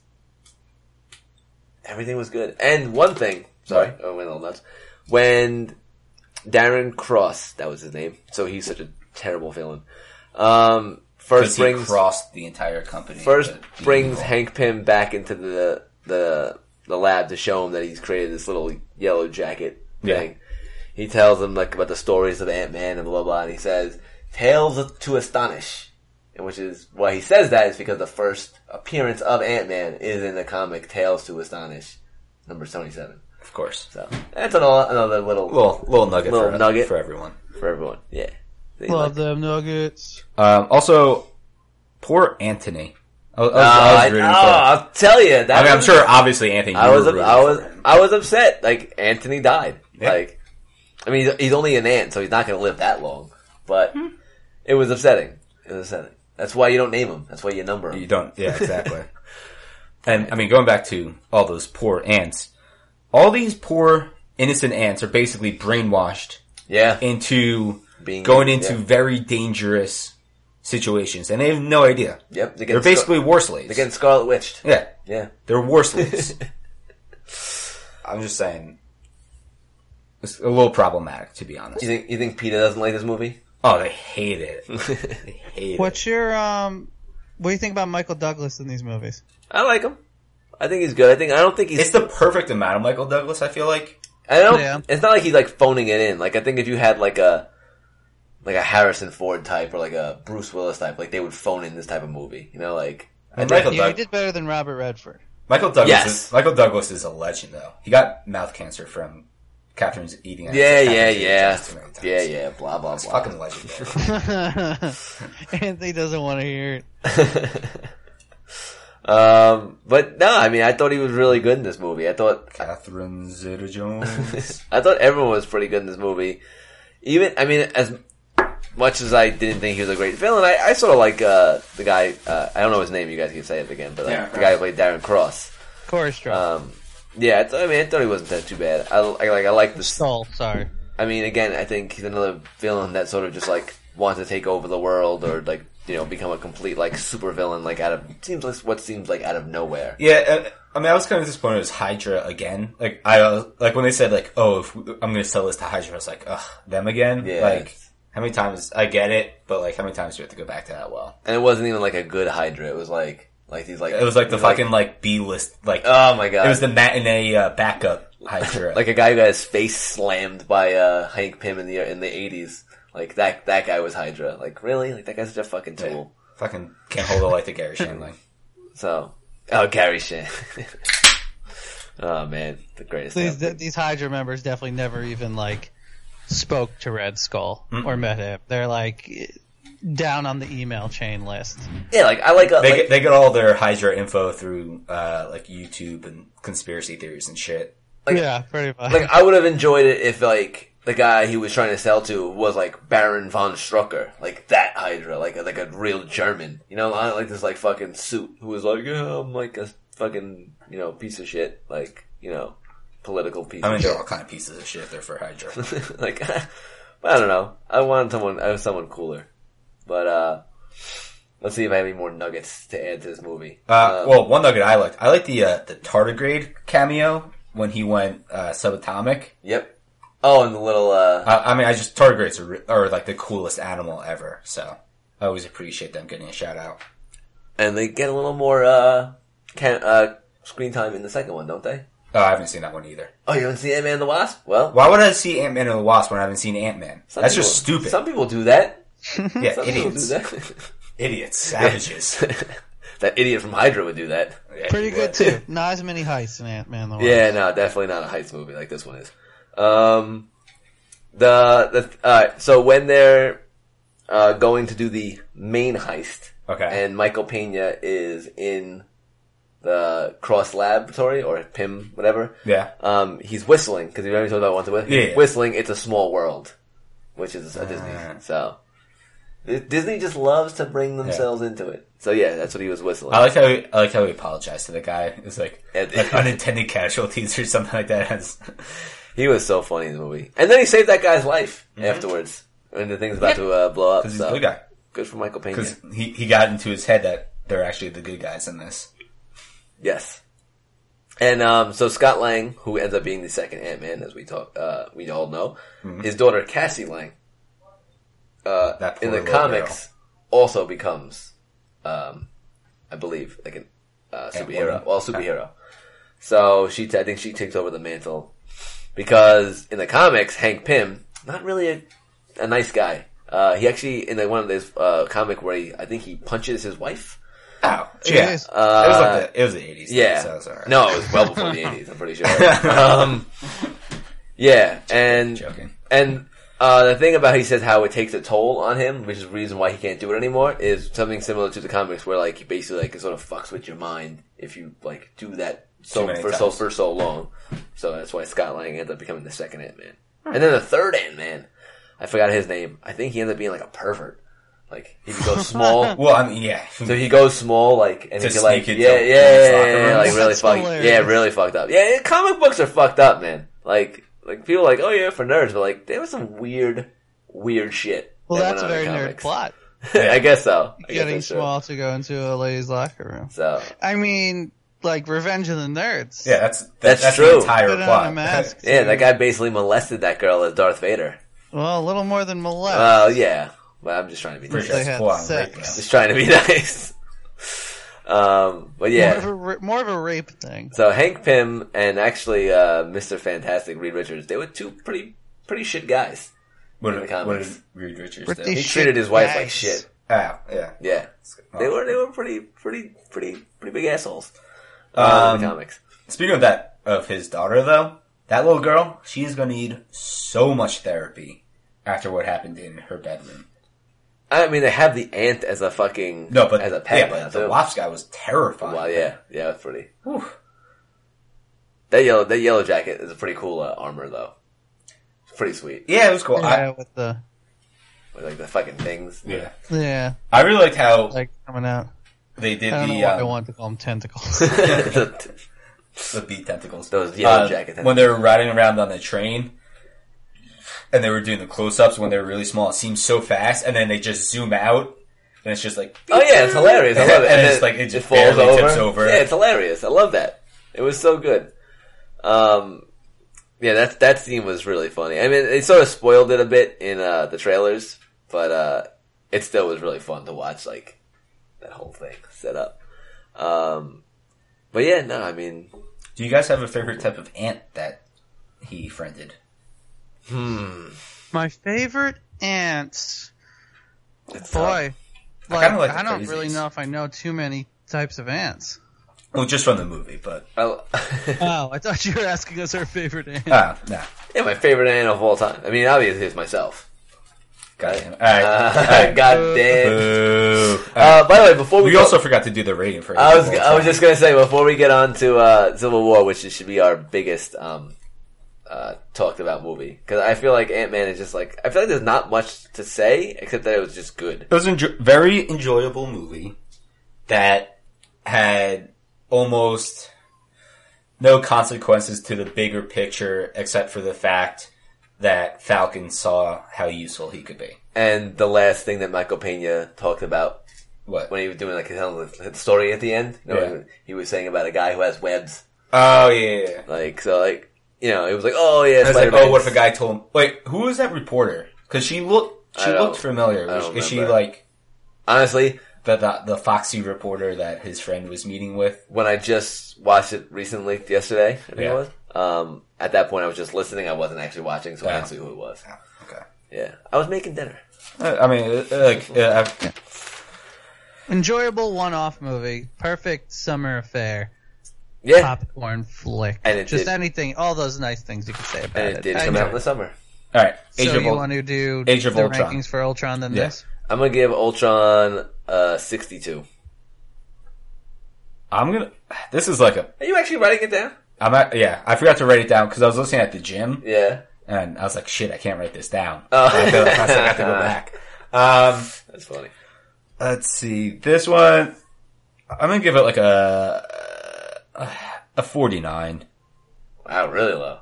everything was good. And one thing, sorry, I went a little nuts. When Darren Cross, that was his name, so he's such a terrible villain. Um, because first he brings crossed the entire company. first to be brings evil. Hank Pym back into the the the lab to show him that he's created this little yellow jacket Yeah. thing. He tells him like about the stories of Ant Man and blah blah, and he says tales to astonish, and which is why he says that is because the first appearance of Ant Man is in the comic Tales to Astonish, number twenty seven. of course. So that's an, another little Little little nugget, Little for, nugget. for everyone. for everyone. Yeah, They like- Love them nuggets. Um, also, poor Anthony. I, was- I was- I Oh, was I, rooting oh, for- I'll tell you. That I mean, I'm was- sure, obviously, Anthony. I you was were rooting I for was him. I was upset. Like Anthony died. Yeah. Like I mean, he's, he's only an ant, so he's not going to live that long. But it was upsetting. It was upsetting. That's why you don't name him. That's why you number You him. don't. Yeah, exactly. and I mean, going back to all those poor ants, all these poor innocent ants are basically brainwashed Yeah, into Being- going into yeah. very dangerous situations, and they have no idea. Yep, they get They're Scar- basically war slaves. They get Scarlet Witched. yeah, Yeah, they're war slaves. I'm just saying, it's a little problematic to be honest. you think you think Peter doesn't like this movie? Oh, they hate it. They hate it. What's your um? What do you think about Michael Douglas in these movies? I like him. I think he's good. I think I don't think he's. It's the perfect amount of Michael Douglas. I feel like. I don't. Yeah. It's not like he's like phoning it in. Like I think if you had like a like a Harrison Ford type or like a Bruce Willis type, like they would phone in this type of movie. You know, like And Michael, Yeah, he Doug- did better than Robert Redford. Michael Douglas. Yes. Is, Michael Douglas is a legend, though. He got mouth cancer from Catherine's eating. at- yeah, yeah, Catherine's eating yeah, just too many times. yeah, yeah, blah blah It's blah. fucking legend. though. Anthony doesn't want to hear it. Um, but no, I mean, I thought he was really good in this movie. I thought, Catherine Zeta-Jones. I thought everyone was pretty good in this movie. Even, I mean, as much as I didn't think he was a great villain, I, I sort of like, uh, the guy, uh, I don't know his name, you guys can say it again, but like, Darren the guy who Cross. played Darren Cross. Chorus drop. Um, yeah, I, thought I mean, I thought he wasn't that too bad. I, I like, I like this. Soul. Sorry. I mean, again, I think he's another villain that sort of just like wants to take over the world or like, you know, become a complete like super villain, like out of, seems like what seems like out of nowhere. yeah, and, I mean, I was kind of disappointed it was Hydra again. Like, I was- like when they said like, "Oh, if we- I'm going to sell this to Hydra," I was like, "Ugh, them again." Yeah. Like, how many times? I get it, but like, how many times do you have to go back to that well? And it wasn't even like a good Hydra. It was like like these like It was like the these, fucking like B list. Like, oh my god. it was the matinee uh, backup Hydra. like a guy who got his face slammed by uh, Hank Pym in the in the eighties. Like that that guy was Hydra. Like really? Like that guy's such a fucking Yeah. tool. fucking can't hold a light to Gary Shandling. So oh Gary Shan. oh man, the greatest. These outfit. these Hydra members definitely never even like spoke to Red Skull or met him. They're like down on the email chain list. yeah, like I like, a, They like get they get all their Hydra info through uh, like YouTube and conspiracy theories and shit. Like- yeah, pretty much. like I would have enjoyed it if like the guy he was trying to sell to was like Baron von Strucker, like that Hydra, like a, like a real German, you know, not like this like fucking suit who was like, yeah, I'm like a fucking you know piece of shit, like you know, political piece. I mean, of they're all kind of pieces of shit. They're for Hydra. shit. like I don't know. I wanted someone, I was someone cooler, but uh, Let's see if I have any more nuggets to add to this movie. Uh, Um, well, one nugget I liked. I liked the uh, the tardigrade cameo when he went uh, subatomic. yep. Oh, and the little uh, I, I mean, I just tardigrades are, re- are like the coolest animal ever. So I always appreciate them getting a shout out. and they get a little more uh, can, uh, screen time in the second one, don't they? Oh, I haven't seen that one either. Oh, you haven't seen Ant Man and the Wasp? Well, Why would I see Ant Man and the Wasp when I haven't seen Ant Man? some That's people- just stupid. Some people do that. yeah, Some idiots, people do that. idiots, savages. that idiot from Hydra would do that. Yeah, Pretty he good would. too. Not as many heists in Ant Man the Wasp. Yeah, no, definitely not a heist movie like this one is. Um, the the uh, so when they're uh, going to do the main heist, Okay. and Michael Pena is in the Cross Laboratory or PIM, whatever. yeah. Um, he's whistling because you've already told about once. Whist- Yeah, he's yeah. whistling. It's a small world, which is a Disney. Ah. So Disney just loves to bring themselves into it. So yeah, that's what he was whistling. I like how he, I like how he apologized to the guy. It's like, It- like unintended casualties or something like that. It's- He was so funny in the movie. And then he saved that guy's life afterwards. And the thing's about to uh, blow up. Mm-hmm. 'Cause he's so. a good guy. Good for Michael Pena. Because he, he got into his head that they're actually the good guys in this. Yes. And um, so Scott Lang, who ends up being the second Ant Man, as we talk, uh, we all know, Mm-hmm. his daughter Cassie Lang, uh, That poor in the little comics, also becomes, um, I believe, like an uh, superhero. Ant-Woman. Well, superhero. So she, t- I think, she takes over the mantle because in the comics, Hank Pym, not really a, a nice guy. Uh, he actually in the, one of this uh, comic where he, I think he punches his wife. Oh, yeah. Jeez. Uh, it was like the, it was the 80s. Yeah. So it's alright. No, it was well before the eighties. I'm pretty sure. Um, yeah, and Joking. and uh, the thing about he says how it takes a toll on him, which is the reason why he can't do it anymore, is something similar to the comics where like he basically like it sort of fucks with your mind if you like do that so Too many for so times. for so long. So that's why Scott Lang ends up becoming the second Ant Man, and then the third Ant Man. I forgot his name. I think he ended up being like a pervert. Like he could go small. Well, I mean, yeah. So he goes small, like, and To he can, like, yeah, sneak yeah, into- yeah, into yeah, locker yeah, like rooms. really That's fucked, hilarious. yeah, really fucked up. Yeah, yeah, comic books are fucked up, man. Like, like people are like, oh yeah, for nerds, but like, there was some weird, weird shit. Well, that that's a went on in very nerd comics. plot. I guess so. I guess Getting that's true. small to go into a lady's locker room. So I mean, like Revenge of the Nerds. yeah, that's, that, That's that's, true. the entire Put plot. on a mask. yeah, to- that guy basically molested that girl as Darth Vader. Well, a little more than molest. Well, yeah, but I'm just trying to be Pretty nice. sure it's had full on sex. rape now. just trying to be nice. Um, but yeah, More of, a, ra- more of a rape thing. So Hank Pym and actually uh, Mr. Fantastic Reed Richards, they were two pretty pretty shit guys. What In the did, what comics. did Reed Richards Pretty do? He Shit treated his wife like guys. shit. Oh, yeah. Yeah, they Oh. were they were pretty pretty pretty pretty big assholes uh, in the Um, comics. Speaking of that, of his daughter though, that little girl, she is going to need so much therapy after what happened in her bedroom. I mean, they have the ant as a fucking No, but as a pet. yeah, now, but the too. wasp guy was terrified. Wow, yeah, yeah, that's pretty. Whew. That yellow that yellow jacket is a pretty cool uh, armor though. It's pretty sweet, Yeah, it was cool. yeah, with the with, like the fucking things. I, yeah. yeah, I really liked how like coming out. they did I don't know the why I um, wanted to call them tentacles. the bee tentacles. Those yellow Uh, jacket When they were riding around on the train and they were doing the close ups when they were really small, it seems so fast, and then they just zoom out and it's just like Oh yeah, it's hilarious. I love it. And it's then like, it just barely tips over. Yeah, it's hilarious. I love that. It was so good. Um, yeah, that that scene was really funny. I mean, they sort of spoiled it a bit in uh, the trailers, but uh, it still was really fun to watch. Like that whole thing set up. Um, but yeah, no, I mean, Do you guys have a favorite type of ant that he friended? My favorite ants. it's uh, tough. I Boy, like, kinda like the I don't really crazies. know if I know too many types of ants. Well, just from the movie, but I- Oh, I thought you were asking us our favorite ant. Hmm. ah, no. yeah, my favorite animal of all time. I mean, obviously, it's myself. Got him. All right. All Uh, right. God damn. Boo. Uh, by the way, before we, we go- also forgot to do the rating for. I was I was just gonna say before we get on to uh, Civil War, which should be our biggest um, uh, talked about movie, because I feel like Ant Man is just like I feel like there's not much to say except that it was just good. It was a enjo- very enjoyable movie that had almost no consequences to the bigger picture, except for the fact that Falcon saw how useful he could be. And the last thing that Michael Pena talked about What? when he was doing like his own little story at the end. You know, Yeah. he was saying about a guy who has webs. Oh yeah, yeah. yeah. Like so, like you know, it was like, oh yeah, I was like, Spider-Man's- oh, what if a guy told him? Wait, who was that reporter? Because she looked, she I don't- looked familiar. I Was- don't Is she remember. like Honestly, the, the the foxy reporter that his friend was meeting with? when I just watched it recently, yesterday, I think Yeah. it was. Um, at that point, I was just listening. I wasn't actually watching, so I Yeah. didn't see who it was. Okay. Yeah, I was making dinner. Uh, I mean, uh, like, uh, I've- Enjoyable one-off movie, perfect summer affair, Yeah, popcorn flick. And it just did- anything, all those nice things you could say about and it did come I- out in the summer. all right. Age So of you Ult- want to do Age of the Ultron. rankings for Ultron than Yeah. this? I'm gonna give Ultron uh, 62. I'm gonna. This is like a. Are you actually writing it down? I'm at, yeah. I forgot to write it down because I was listening at the gym Yeah, and I was like, shit, I can't write this down. Oh. I, feel like I still have to go back. Um, that's funny. let's see. This one, I'm gonna give it like a a 49. Wow, really low.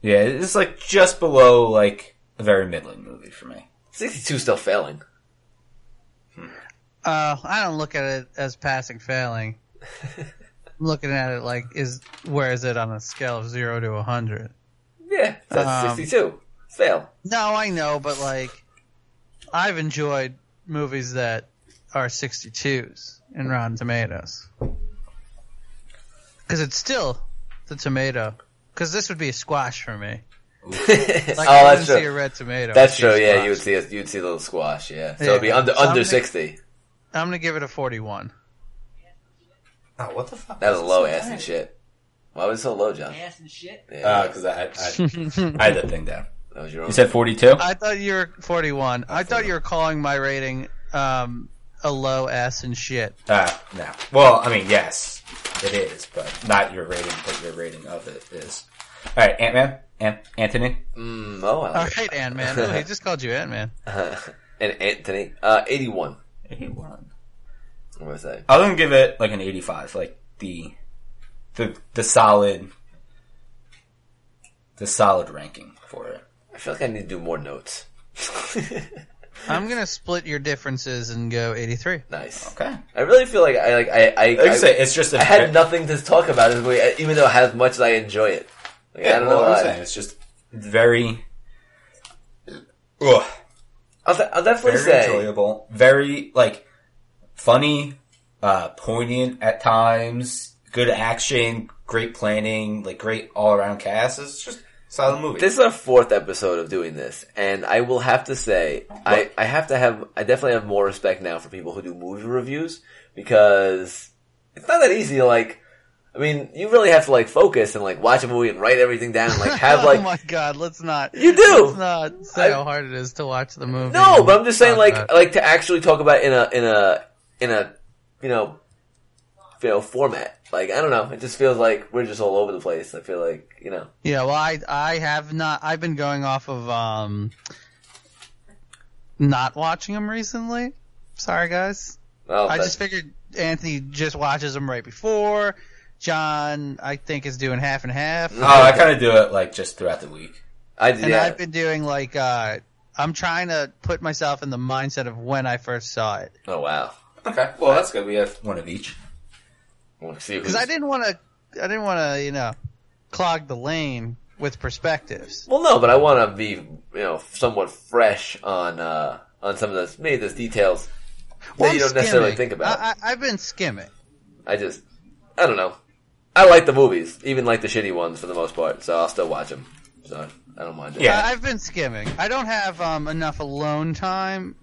Yeah, it's like just below like a very middling movie for me. 62 is still failing. Uh, I don't look at it as passing failing. I'm looking at it like is where is it on a scale of zero to a hundred? Yeah, that's Um, 62. Fail. No, I know, but like, I've enjoyed movies that are 62s in Rotten Tomatoes. Because it's still the tomato. Because this would be a squash for me. Like, I oh, wouldn't that's true. see a red tomato. That's I'd see a true. Yeah, squash. you would see a, you'd see a little squash. Yeah, so Yeah. it'd be under So I'm under gonna- 60. I'm going to give it a 41. Oh, what the fuck? That was low ass and shit. Why was it so low, Uh, John? ass and shit. Yeah, Because Uh, I, I, I had that thing down. that was your own. You said 42? I thought you were 41. I thought you were calling my rating um, a low ass and shit. Uh, no. Well, I mean, yes, it is, but not your rating, but your rating of it is. All right, Ant Man, Ant Anthony. mm, oh, I All like right, Ant Man. Oh, he just called you Ant Man. it. and Anthony, uh, 81. Eighty-one. I'm gonna say. I was gonna give it like an eighty-five, like the, the the solid, the solid ranking for it. I feel like I need to do more notes. I'm going to split your differences and go 83. nice. Okay. I really feel like I like I I, Like I I, say, it's just a I had nothing to talk about this movie, even though as much as I enjoy it. Like, I don't well, know. I'm why. saying it's just very. Ugh, I'll, de- I'll definitely very say. enjoyable, very like funny, uh, poignant at times. Good action, great planning, like great all around cast. It's just a solid movie. This is our fourth episode of doing this, and I will have to say, I, I have to have, I definitely have more respect now for people who do movie reviews, because it's not that easy to like, I mean, you really have to like focus and like watch a movie and write everything down and like have like, oh my god, let's not. You do! Let's not say I- how hard it is to watch the movie. no, but I'm just saying Talk like, uh, about it. like to actually talk about in a, in a, in a, you know, you know, format. Like, I don't know, it just feels like we're just all over the place. I feel like, you know, yeah. Well, I I have not. I've been going off of um, not watching them recently. Sorry, guys. well, I Oh, but- just figured Anthony just watches them right before. John, I think, is doing half and half. No. oh, I kind of do it like just throughout the week. I, And yeah. I've been doing like uh, I'm trying to put myself in the mindset of when I first saw it. oh wow. Okay, well that's good. We have one of each. We'll see because I didn't want to. I didn't want to, you know, clog the lane with perspectives. Well, no, but I want to be, you know, somewhat fresh on uh, on some of those, maybe those details that Well, you I'm don't necessarily skimming. think about. I, I, I, I've been skimming. just, I don't know. I like the movies, even like the shitty ones for the most part, so I'll still watch them. So I don't mind it. Yeah. I, I've been skimming. I don't have um, enough alone time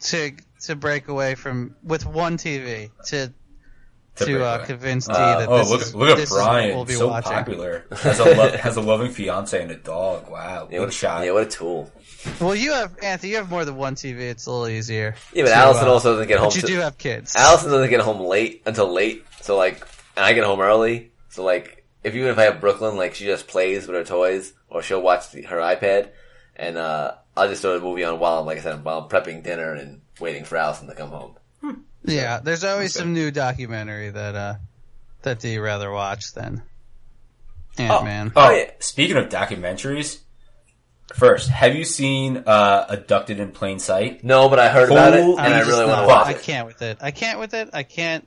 to to break away from with one TV to To to, break uh, away. convince D Uh, that Oh, this look, is, look at this is what Brian. we'll be so watching. popular. Has a, lo- has a loving fiance and a dog. Wow. Yeah, Good what, shot. yeah, what a tool. Well, you have Anthony. You have more than one TV. It's a little easier. Yeah, but to, Allison uh, also doesn't get home. But you to- do have kids. Allison doesn't get home late until late, so like, and I get home early, so like, if even if I have Brooklyn, like she just plays with her toys, or she'll watch the, her iPad, and uh, I'll just throw the movie on while I'm, like I said, while I'm prepping dinner and waiting for Allison to come home. Yeah, there's always Okay. some new documentary that uh that do you rather watch than Ant Man. Oh, yeah. speaking of documentaries, First, have you seen uh, Abducted in Plain Sight? No, but I heard about it Holy and I just really want not- to watch I it. can't with it. I can't with it. I can't.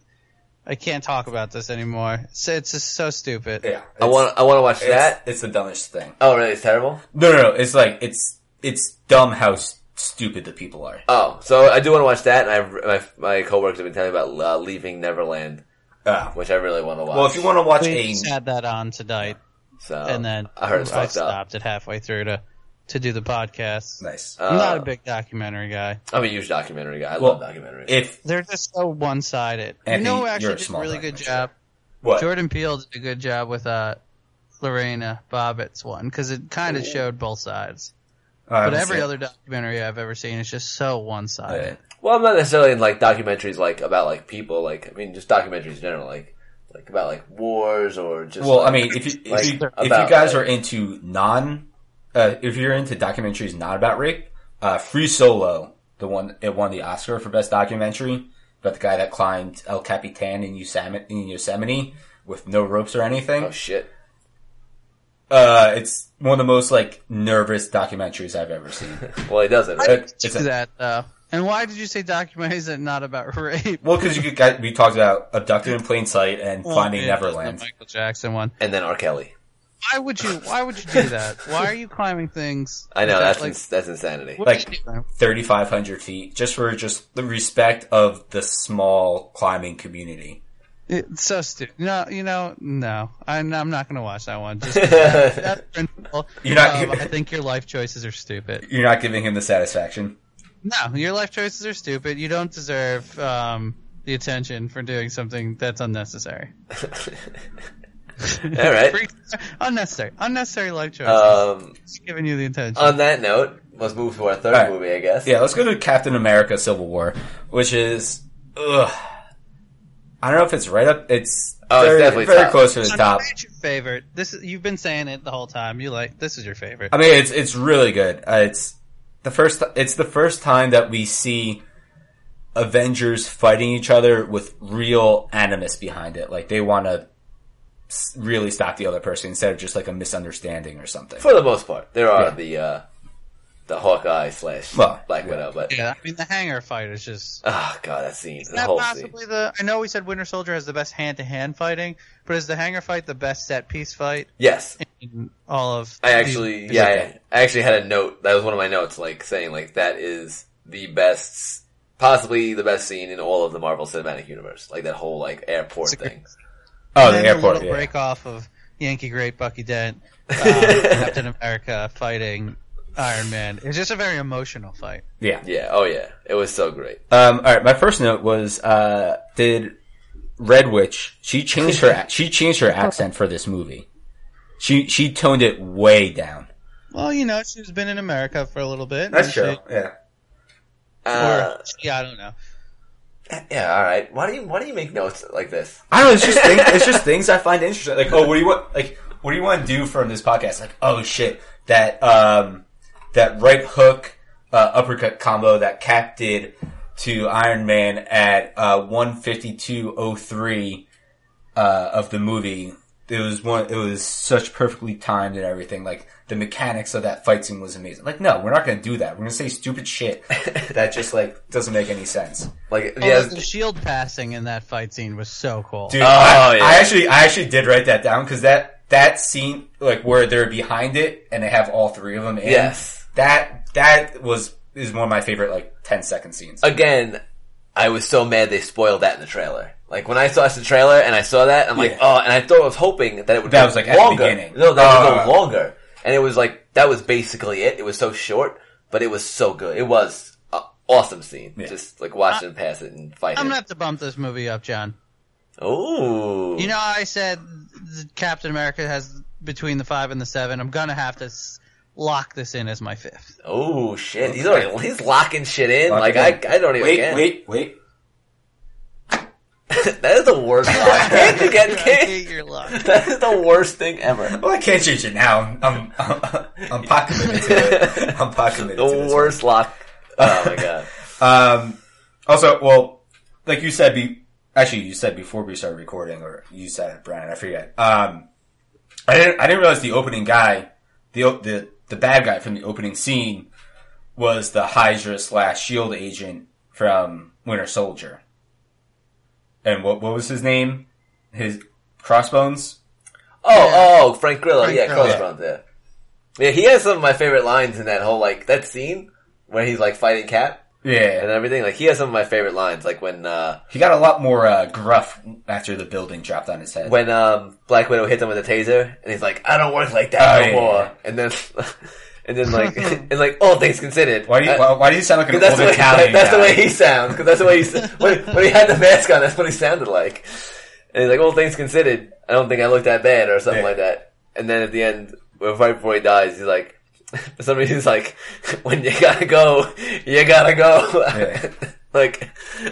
I can't talk about this anymore. It's, it's just so stupid. Yeah, I want I want to watch that. It's the dumbest thing. Oh, really? It's terrible. No, no, no. It's like it's it's dumb how s- stupid the people are. Oh, so I do want to watch that, and I my my coworkers have been telling me about uh, Leaving Neverland, Uh, which I really want to watch. well, if you want to watch We a just had that on tonight, so and then Oh, I heard it's I fucked up. stopped it halfway through to to do the podcast. nice, Uh, I'm not a big documentary guy. I'm a huge documentary guy. I Well, love documentaries. if They're just so one sided. You Anthony, know who you're a actually did a small really good documentary. job? what Jordan Peele did a good job with uh, Lorena Bobbitt's one because it kind of showed both sides. Oh, I But haven't every seen it. other documentary I've ever seen is just so one sided. Okay. well, I'm not necessarily in like documentaries like about like people, like I mean just documentaries in general, like like about like wars or just. Well, I like- mean, if you if, Like, you, if you about- guys are into non, uh, if you're into documentaries not about rape, uh, Free Solo, the one it won the Oscar for best documentary about the guy that climbed El Capitan in Yosemite, in Yosemite with no ropes or oh anything. shit. Uh, it's one of the most like nervous documentaries I've ever seen. Well, he doesn't. Right? It- Do it's a- that though. And why did you say documentaries that not about rape? well, because you could, guys- we talked about abducted in plain sight and finding Oh, Yeah, Neverland. The Michael Jackson one. And then R. Kelly. Why would you? Why would you do that? why are you climbing things? I know that, that's like, ins- that's insanity. what are you like- doing? 3,500 feet, just for just the respect of the small climbing community. It's so stupid. No, you know, no. I'm, I'm not going to watch that one. Just I that principle. You're not- um, I think your life choices are stupid. You're not giving him the satisfaction. No, your life choices are stupid. You don't deserve um, the attention for doing something that's unnecessary. All right. unnecessary, unnecessary life choices. Um, Just giving you the attention. on that note, let's move to our third All right. movie, I guess. Yeah, let's go to Captain America: Civil War, which is, ugh, I don't know if it's right up. It's Oh, it's very, definitely very top. close to the I'm top. glad your favorite. This is, you've been saying it the whole time. You like this is your favorite. I mean, it's it's really good. Uh, it's the first. It's the first time that we see Avengers fighting each other with real animus behind it. Like they want to really stop the other person instead of just like a misunderstanding or something. For the most part, there are Yeah. the uh, the Hawkeye slash Well, Black yeah. Widow, but yeah, I mean the hangar fight is just. oh god, that scene, Is the that whole scene. possibly the? I know we said Winter Soldier has the best hand-to-hand fighting, but is the hangar fight the best set piece fight Yes, in all of? I these- actually, yeah, okay. I, I actually had a note. That was one of my notes, like saying like that is the best, possibly the best scene in all of the Marvel Cinematic Universe. Like that whole like airport It's a- thing. Oh, the then airport. little Yeah. break off of Yankee Great Bucky Dent, uh, Captain America fighting Iron Man. It's just a very emotional fight. yeah. Yeah, oh yeah, it was so great. Um, all right, my first note was: uh, Did Red Witch? She changed her. she changed her accent for this movie. She she toned it way down. Well, you know, she's been in America for a little bit. and she- Yeah. Uh, or- yeah, I don't know. yeah, all right. Why do you why do you make notes like this? I don't know. It's just things, it's just things I find interesting. Like, oh, what do you want? Like, what do you want to do from this podcast? Like, oh shit, that um, that right hook uh, uppercut combo that Cap did to Iron Man at uh, one fifty two oh three uh, of the movie. It was one. It was such perfectly timed and everything. Like the mechanics of that fight scene was amazing. Like, no, we're not going to do that. We're going to say stupid shit that just like doesn't make any sense. Like Oh, yeah, the shield passing in that fight scene was so cool. Dude, Oh, I, yeah. I actually, I actually did write that down because that that scene, like where they're behind it and they have all three of them. In, yes. that that was is one of my favorite like 10 second scenes. Again, I was so mad they spoiled that in the trailer. Like when I saw the trailer and I saw that, I'm like, Yeah. oh, and I thought I was hoping that it would That go was, like, at the longer. beginning. No, that would go Oh. longer, and it was like that was basically it. It was so short, but it was so good. It was an awesome scene. Yeah. Just like watch them pass it and fight. I'm it. gonna have to bump this movie up, John. Ooh, You know, I said th- Captain America has between the five and the seven. I'm gonna have to s- lock this in as my fifth. oh shit, he's already he's locking shit in. Lock like it I, I don't even. Wait, get wait, wait. it. that is the worst lock. You I get- hate your luck. that is the worst thing ever. Well, I can't change it now. I'm I'm I'm, I'm pot committed to it. I'm pot committed to The this. worst lock. Oh my god. Um, also, well, like you said, be actually you said before we started recording, or you said it, Brian. I forget. Um, I didn't. I didn't realize the opening guy, the o- the the bad guy from the opening scene was the Hydra slash Shield E agent from Winter Soldier. And what what was his name? His Crossbones. Oh, oh, Frank Grillo. Frank yeah, Grillo. Crossbones. Yeah. yeah, he has some of my favorite lines in that whole like that scene where he's like fighting Cap and Yeah, everything. Like he has some of my favorite lines. Like when uh he got a lot more uh, gruff after the building dropped on his head. when um Black Widow hits him with a taser and he's like, I don't work like Oh, that no yeah, more. yeah. And then and then like and like all things considered. why do you I- why, why do you sound like an 'cause that's old the way, Italian that's the guy? way he sounds. Because that's the way he s- when, when he had the mask on, that's what he sounded like. And he's like, "All things considered, I don't think I look that bad," or something Yeah. like that. And then at the end, well, right before he dies, he's like, for some reason, he's like, "When you gotta go, you gotta go." Yeah. like,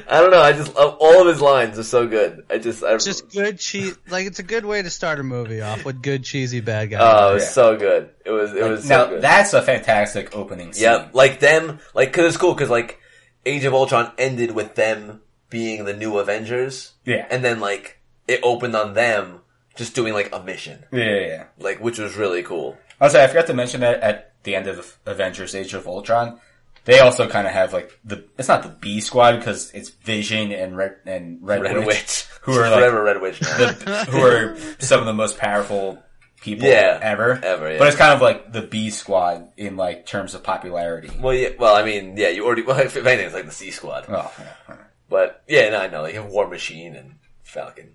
I don't know. I just love, all of his lines are so good. I just, I, It's just good cheese. Like it's a good way to start a movie off with good cheesy bad guy. oh, it was Yeah. so good. It was, it was now so good. that's a fantastic opening scene. Yeah, like them, like because it's cool because like Age of Ultron ended with them being the new Avengers, yeah, and then like it opened on them just doing like a mission, yeah, yeah, yeah. like which was really cool. Also, I forgot to mention that at the end of Avengers: Age of Ultron, they also kind of have like the it's not the B Squad because it's Vision and Red and Red, Red Witch, Witch, who are like forever Red Witch now. the, who are some of the most powerful people Yeah, ever. ever, yeah. But it's kind of like the B Squad in like terms of popularity. well, yeah, well, I mean, yeah, you already. Well, if anything, it's like the C Squad, Oh, yeah. but yeah, no, I know. Like you have War Machine and Falcon.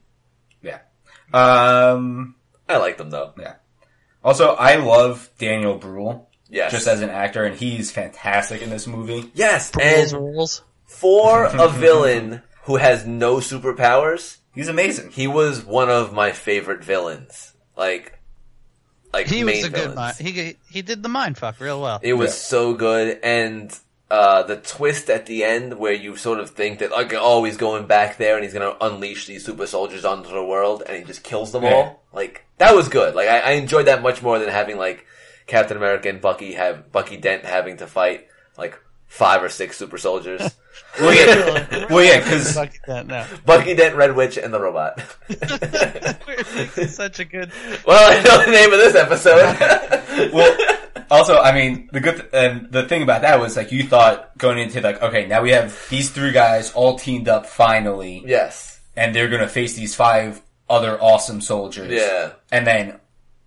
yeah. Um. I like them though. Also, I love Daniel Bruhl Yes, just as an actor, and he's fantastic in this movie. yes, rules, and rules. for a villain who has no superpowers, He's amazing. he was one of my favorite villains. Like, like He main was a good. villains. mi- He he did the mind fuck real well. It was Yeah. so good, and uh, the twist at the end where you sort of think that like, oh, he's going back there and he's gonna unleash these super soldiers onto the world, and he just kills them Yeah. all. Like that was good. Like I, I enjoyed that much more than having like Captain America and Bucky have Bucky Dent having to fight like five or six super soldiers. Well, yeah, well, yeah, because Fuck that, no. Bucky Dent, Red Witch, and the robot. We're making such a good. well, I know the name of this episode. well, also, I mean, the good th- and the thing about that was like you thought going into like, okay, now we have these three guys all teamed up finally, yes. and they're gonna face these five other awesome soldiers. Yeah. and then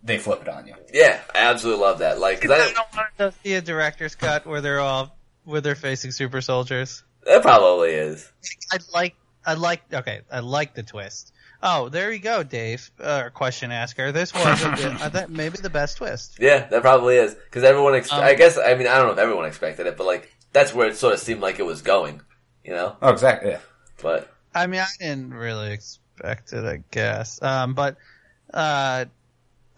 they flip it on you. Yeah, I absolutely love that. Like, 'cause I I don't- don't want to see a director's cut where they're all where they're facing super soldiers. that probably is. I like, I like, okay, I like the twist. Oh, there you go, Dave, uh, question asker. This was a good, uh, that maybe the best twist. Yeah, that probably is. Because everyone, ex- Um, I guess, I mean, I don't know if everyone expected it, but like, that's where it sort of seemed like it was going, you know? Oh, exactly. Yeah. But, I mean, I didn't really expect it, I guess. Um, but uh,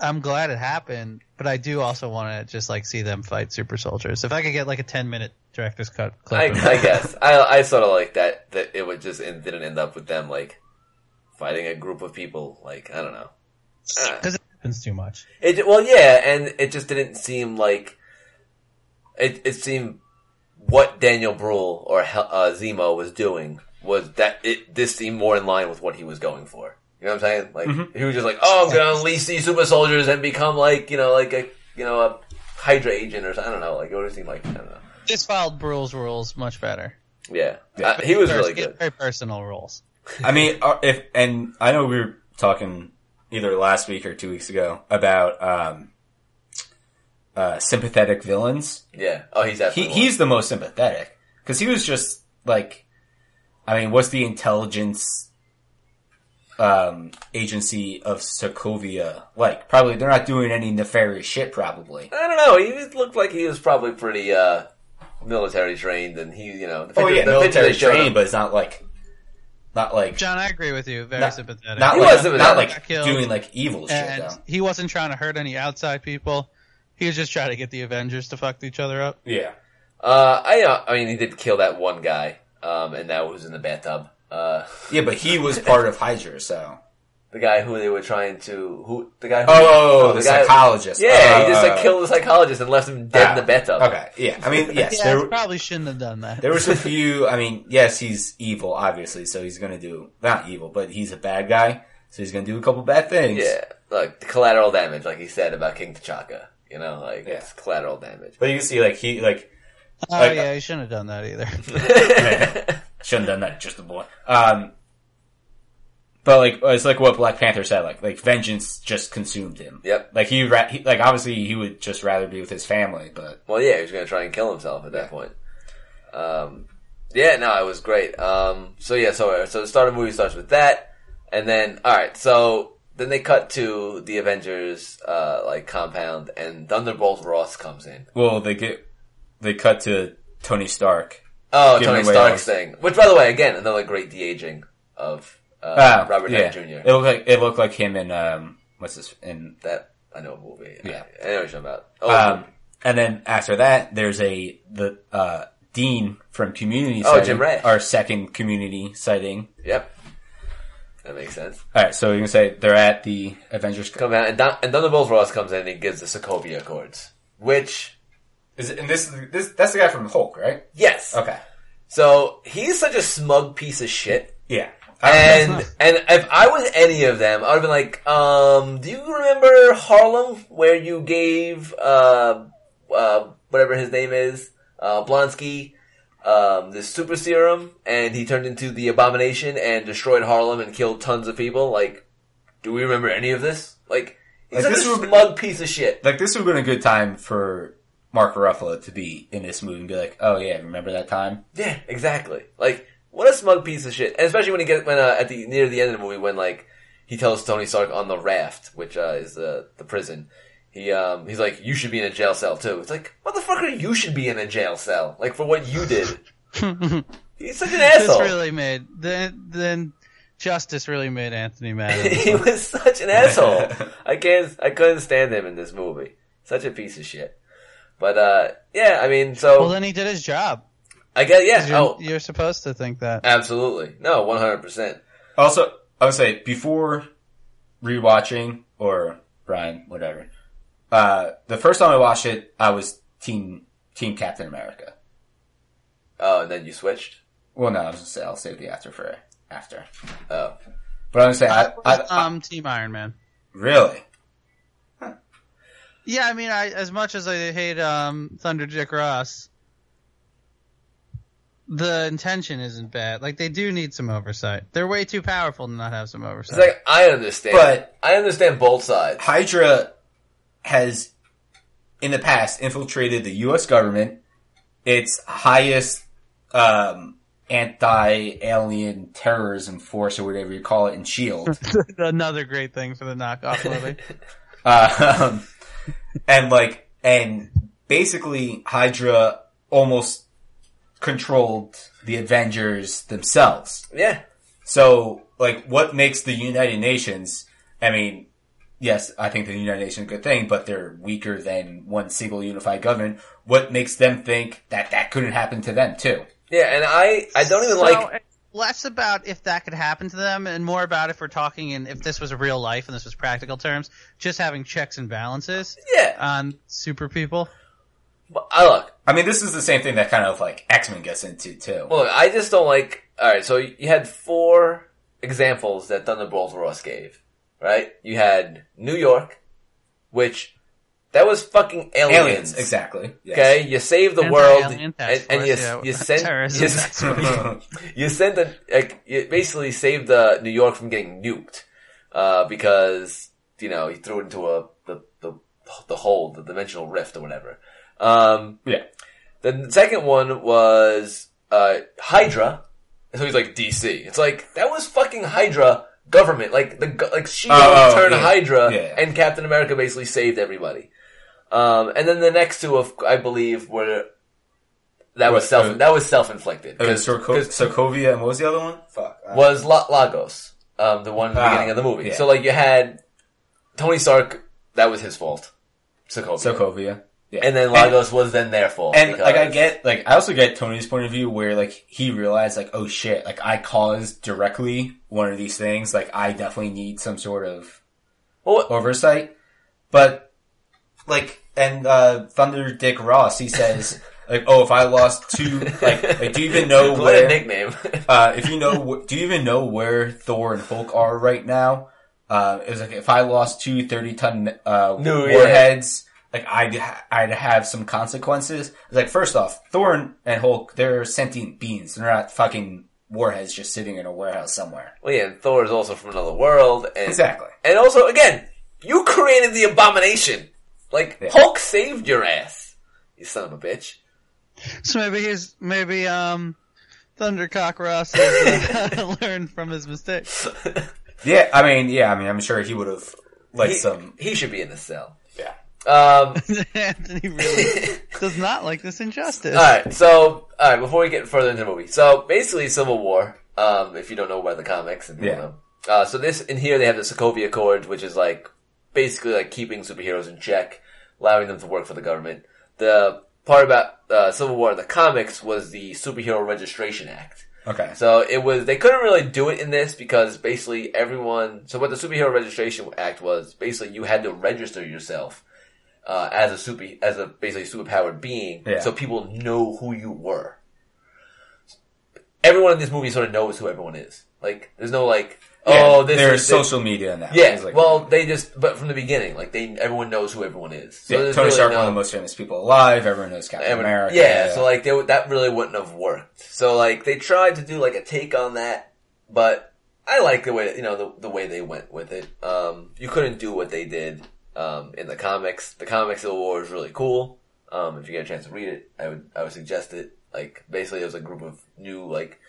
I'm glad it happened. But I do also want to just like see them fight super soldiers. If I could get like a 10 minute director's cut I, clip, of I guess. I, I sort of like that, that it would just, it didn't end up with them, like, fighting a group of people. Like, I don't know. Ah. because it happens too much. It well, yeah, and it just didn't seem like it. It seemed what Daniel Bruhl or Hel- uh, Zemo was doing was that it. This seemed more in line with what he was going for. You know what I'm saying? Like Mm-hmm. he was just like, oh, I'm gonna unleash these super soldiers and become like you know, like a you know a Hydra agent or something. I don't know. Like it would seem like I don't know. This filed Brule's rules much better. Yeah, Uh, he was Very- really good. Very personal rules. I mean, uh, if and I know we were talking either last week or two weeks ago about um, uh, sympathetic villains. Yeah. Oh, he's he, definitely one. he's the most sympathetic because he was just like, I mean, what's the intelligence um, agency of Sokovia like? Probably they're not doing any nefarious shit. Probably. I don't know. He was- looked like he was probably pretty uh military trained, and he, you know, the picture- the picture they Oh, military showed him- trained, but it's not like, not like, John, I agree with you. Very Not- sympathetic. not He like, was sympathetic. not Got like killed. doing like evil shit. and Though. he wasn't trying to hurt any outside people. He was just trying to get the Avengers to fuck each other up. Yeah. Uh, I, uh, I mean, he did kill that one guy, um, and that was in the bathtub. Uh, Yeah, but he was part of Hydra, so. the guy who they were trying to, who, the guy who, Oh, the, guy- psychologist. Yeah, Oh, he just, oh, like, killed the psychologist and left him dead in the bathtub. Okay, yeah. I mean, yes, Yeah, there, I probably shouldn't have done that. There was a few. I mean, yes, he's evil, obviously. So he's gonna do not evil, but he's a bad guy. So he's gonna do a couple bad things. Yeah, like, the collateral damage, like he said about King T'Chaka. You know, like Yeah. it's collateral damage. But you can see, like he like Oh Like- yeah, you shouldn't have done that either. shouldn't have done that. Just the boy. Um, but like it's like what Black Panther said. Like like vengeance just consumed him. Yep. Like he, ra- he like obviously he would just rather be with his family, but Well, yeah, he was going to try and kill himself at that point. Um, yeah, no, it was great. Um, so yeah, so so the start of the movie starts with that, and then all right, so then they cut to the Avengers uh, like compound, and Thunderbolt Ross comes in. well they get they cut to Tony Stark. Oh, Giving Tony away Stark's all- thing. Which, by the way, again, another great de aging of uh, Ah, Robert yeah. Downey It Jr. looked like it looked like him in um what's this in That I know movie. Yeah. I, I know what you're talking about. Oh, um and then after that there's a the uh dean from community Oh, sighting, Jim Ray. our second community sighting. yep, that makes sense. All right, so you can say they're at the Avengers. Come out, and, Don- and Thunderbolt Ross comes in and he gives the Sokovia Accords, which Is it, and this this that's the guy from Hulk, right? Yes. Okay. So he's such a smug piece of shit. Yeah. And and if I was any of them, I would have been like, um, do you remember Harlem where you gave uh uh whatever his name is, uh Blonsky um this super serum and he turned into the abomination and destroyed Harlem and killed tons of people? Like, do we remember any of this? Like he's such Like, this a would be- smug piece of shit. like this would have been a good time for Mark Ruffalo to be in this movie and be like, "Oh yeah, remember that time?" Yeah, exactly. Like, what a smug piece of shit. And especially when he get when uh, at the near the end of the movie when like he tells Tony Stark on the raft, which uh, is the the prison. He um he's like, you should be in a jail cell too. It's like, motherfucker, you should be in a jail cell, like for what you did. he's such an Mm-hmm. this asshole. really made then then justice really made Anthony mad. he was such an asshole. I can't, I couldn't stand him in this movie. Such a piece of shit. But uh, yeah, I mean, so well, then he did his job. I guess yeah. You're, Oh, Uh, you're supposed to think that. absolutely. No, one hundred percent. Also, I would say before rewatching or Brian, whatever. Uh, the first time I watched it, I was team team Captain America. Oh, and then you switched. Well, no, I was gonna say I'll save the after for after. Oh. But I'm saying, I, I, I- um, Team Iron Man. really, Yeah, I mean, I as much as I hate um, Thunder Dick Ross, the intention isn't bad. Like they do need some oversight. They're way too powerful to not have some oversight. It's like I understand, But- I understand both sides. Hydra has in the past infiltrated the U.S. government, its highest um, anti-alien terrorism force or whatever you call it in Shield, Another great thing for the knockoff movie. um, and like and basically Hydra almost controlled the Avengers themselves. Yeah, So, like, what makes the United Nations? I mean, yes, I think the United Nations is a good thing, but they're weaker than one single unified government. What makes them think that that couldn't happen to them too? yeah, and I I don't even So, like it's less about if that could happen to them, and more about if we're talking in if this was real life and this was practical terms, just having checks and balances yeah. on super people. But I look, I mean, this is the same thing that kind of like X Men gets into too. look, I just don't like. All right, so you had four examples that Thunderbolt Ross gave, right? You had New York, which that was fucking aliens. Aliens, exactly. Yes. Okay, you saved the And world, the alien and, task and you, force, yeah, you sent terrorism you, task you sent a, like you basically saved uh, New York from getting nuked uh, because you know he threw it into a the the the hole, the dimensional rift or whatever. Um, yeah. the second one was uh, Hydra, and so he's like DC. It's like that was fucking Hydra government, like the go- like she Oh, oh, turned yeah. Hydra, Yeah. and Captain America basically saved everybody. Um, and then the next two, of, I believe, were that was What, self uh, that was self inflicted It was Soko- Sokovia, and what was the other one? Fuck. I- was La- Lagos, um, the one in the Ah, beginning of the movie. yeah. So like you had Tony Stark, that was his fault. Sokovia. Sokovia. Yeah. And then Lagos was then their fault. And like I because- get like I also get Tony's point of view where like he realized like oh shit like I caused directly one of these things like I definitely need some sort of Well, oversight but like and uh Thunder Dick Ross he says like oh if I lost two like, like do you even know what a where nickname. uh if you know wh- do you even know where Thor and Hulk are right now uh it was like if I lost two 30 ton uh No, yeah. warheads like I'd ha- I'd have some consequences. Like first off, Thorn and Hulk, they're sentient beings. They're not fucking warheads just sitting in a warehouse somewhere. Well, yeah, and Thor is also from another world. And, Exactly. And also, again, you created the abomination. Like, Yeah. Hulk saved your ass, you son of a bitch. So maybe he's maybe um, Thundercock Ross has uh, learned from his mistakes. Yeah, I mean, yeah, I mean, I'm sure he would have like He, some. he should be in the cell. Yeah. Um, Anthony really does not like this injustice. all right, so, all right, before we get further into the movie. So, basically, Civil War, um, if you don't know about the comics. And, you Yeah. know. Uh, so this, in here, they have the Sokovia Accords, which is like, basically like keeping superheroes in check, allowing them to work for the government. The part about, uh, Civil War in the comics was the Superhero Registration Act. Okay. So it was they couldn't really do it in this because basically everyone. So what the Superhero Registration Act was basically you had to register yourself uh, as a super as a basically superpowered being, Yeah. so people know who you were. Everyone in this movie sort of knows who everyone is. Like there's no like oh Yeah, this there's is this- social media now. Yeah, It's like- well they just but from the beginning like they everyone knows who everyone is. So Yeah, there's Tony really Stark, no- one of the most famous people alive. Everyone knows Captain and- America. Yeah, so like they, would- that really wouldn't have worked. So like they tried to do like a take on that, but I like the way you know the, the way they went with it. Um, you couldn't do what they did um, in the comics. The comics Civil War is really cool. Um, if you get a chance to read it, I would I would suggest it. Like basically, it was a group of new like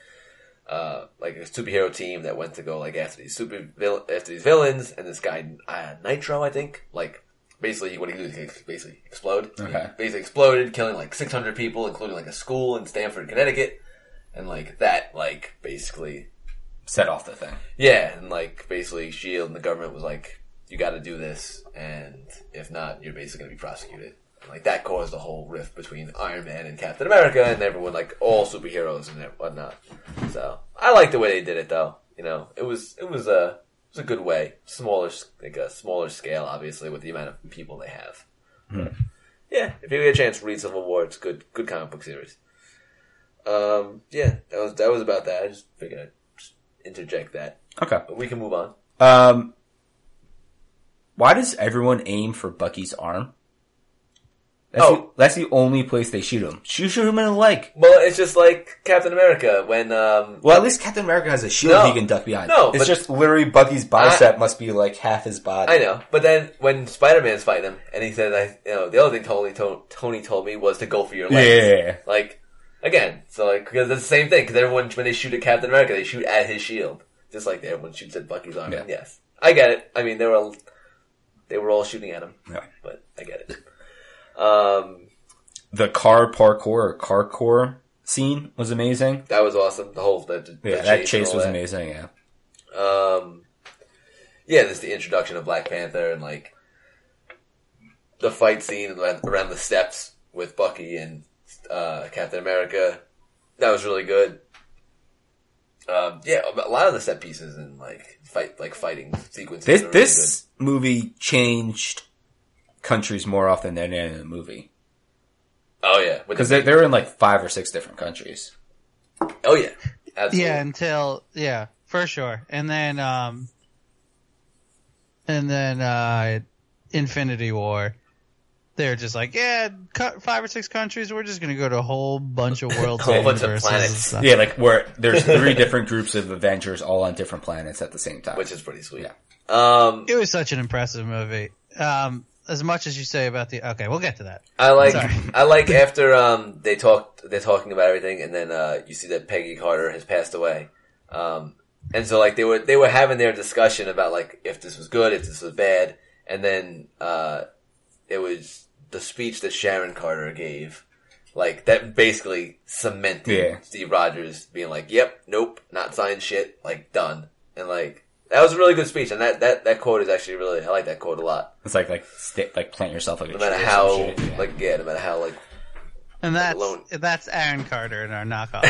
uh, like a superhero team that went to go like after these super vill- after these villains and this guy uh, Nitro, I think. Like basically, what he did is he basically explode. Okay. basically exploded, killing like 600 people, including like a school in Stamford, Connecticut, and like that, like basically, set off the thing. yeah, and like basically, Shield and the government was like, you got to do this, and if not, you're basically gonna be prosecuted. And, like that caused a whole rift between Iron Man and Captain America, and everyone like all superheroes and whatnot. So I like the way they did it, though. You know, it was it was a it was a good way, smaller like a smaller scale, obviously, with the amount of people they have. Yeah, if you get a chance, read Civil War. It's good, good comic book series. Um, yeah, that was that was about that. I just figured I'd just interject that, Okay. but we can move on. Um, why does everyone aim for Bucky's arm? That's Oh. the, that's the only place they shoot him. Shoot, shoot him in the leg. Well, it's just like Captain America when um, Well, at least Captain America has a shield No. he can duck behind. No, it's but- just literally Bucky's bicep must be like half his body. I know, but then when Spider Man's fighting him, and he said, "I," you know, the other thing Tony to- Tony told me was to go for your Yeah, legs. yeah, yeah. Like again, so like because it's the same thing. Because everyone when they shoot at Captain America, they shoot at his shield, just like everyone shoots at Bucky's arm. Yeah. Yes, I get it. I mean, they were all, they were all shooting at him. Yeah. but I get it. Um, The car parkour or car core scene was amazing. that was awesome. The whole the, the Yeah, that and chase all was that. amazing. Yeah. Um, yeah, there's the introduction of Black Panther and like the fight scene around around the steps with Bucky and uh, Captain America. That was really good. Um, yeah, a lot of the set pieces and like fight like fighting sequences. This are really this movie changed countries more often than any other movie good. oh yeah, with because the, they they're in like five or six different countries. oh yeah, absolutely. Yeah, until yeah, for sure. And then um and then uh Infinity War. They're just like, yeah, cut five or six countries. We're just gonna go to a whole bunch of worlds, Whole and bunch of universes planets. and stuff. Yeah, like where there's three different groups of Avengers all on different planets at the same time. which is pretty sweet. Um, It was such an impressive movie. Um, as much as you say about the okay, we'll get to that. I like Sorry. I like after um they talked they're talking about everything and then uh you see that Peggy Carter has passed away. Um and so like they were they were having their discussion about like if this was good, if this was bad, and then uh it was the speech that Sharon Carter gave. Like that basically cemented Yeah. Steve Rogers being like, Yep, nope, not signed shit, like done. And like that was a really good speech and that, that, that quote is actually really I like that quote a lot. it's like like sti like plant yourself like a No matter tree or how some shit, yeah. like yeah, no matter how like And that's Alone. that's Aaron Carter in our knockoff.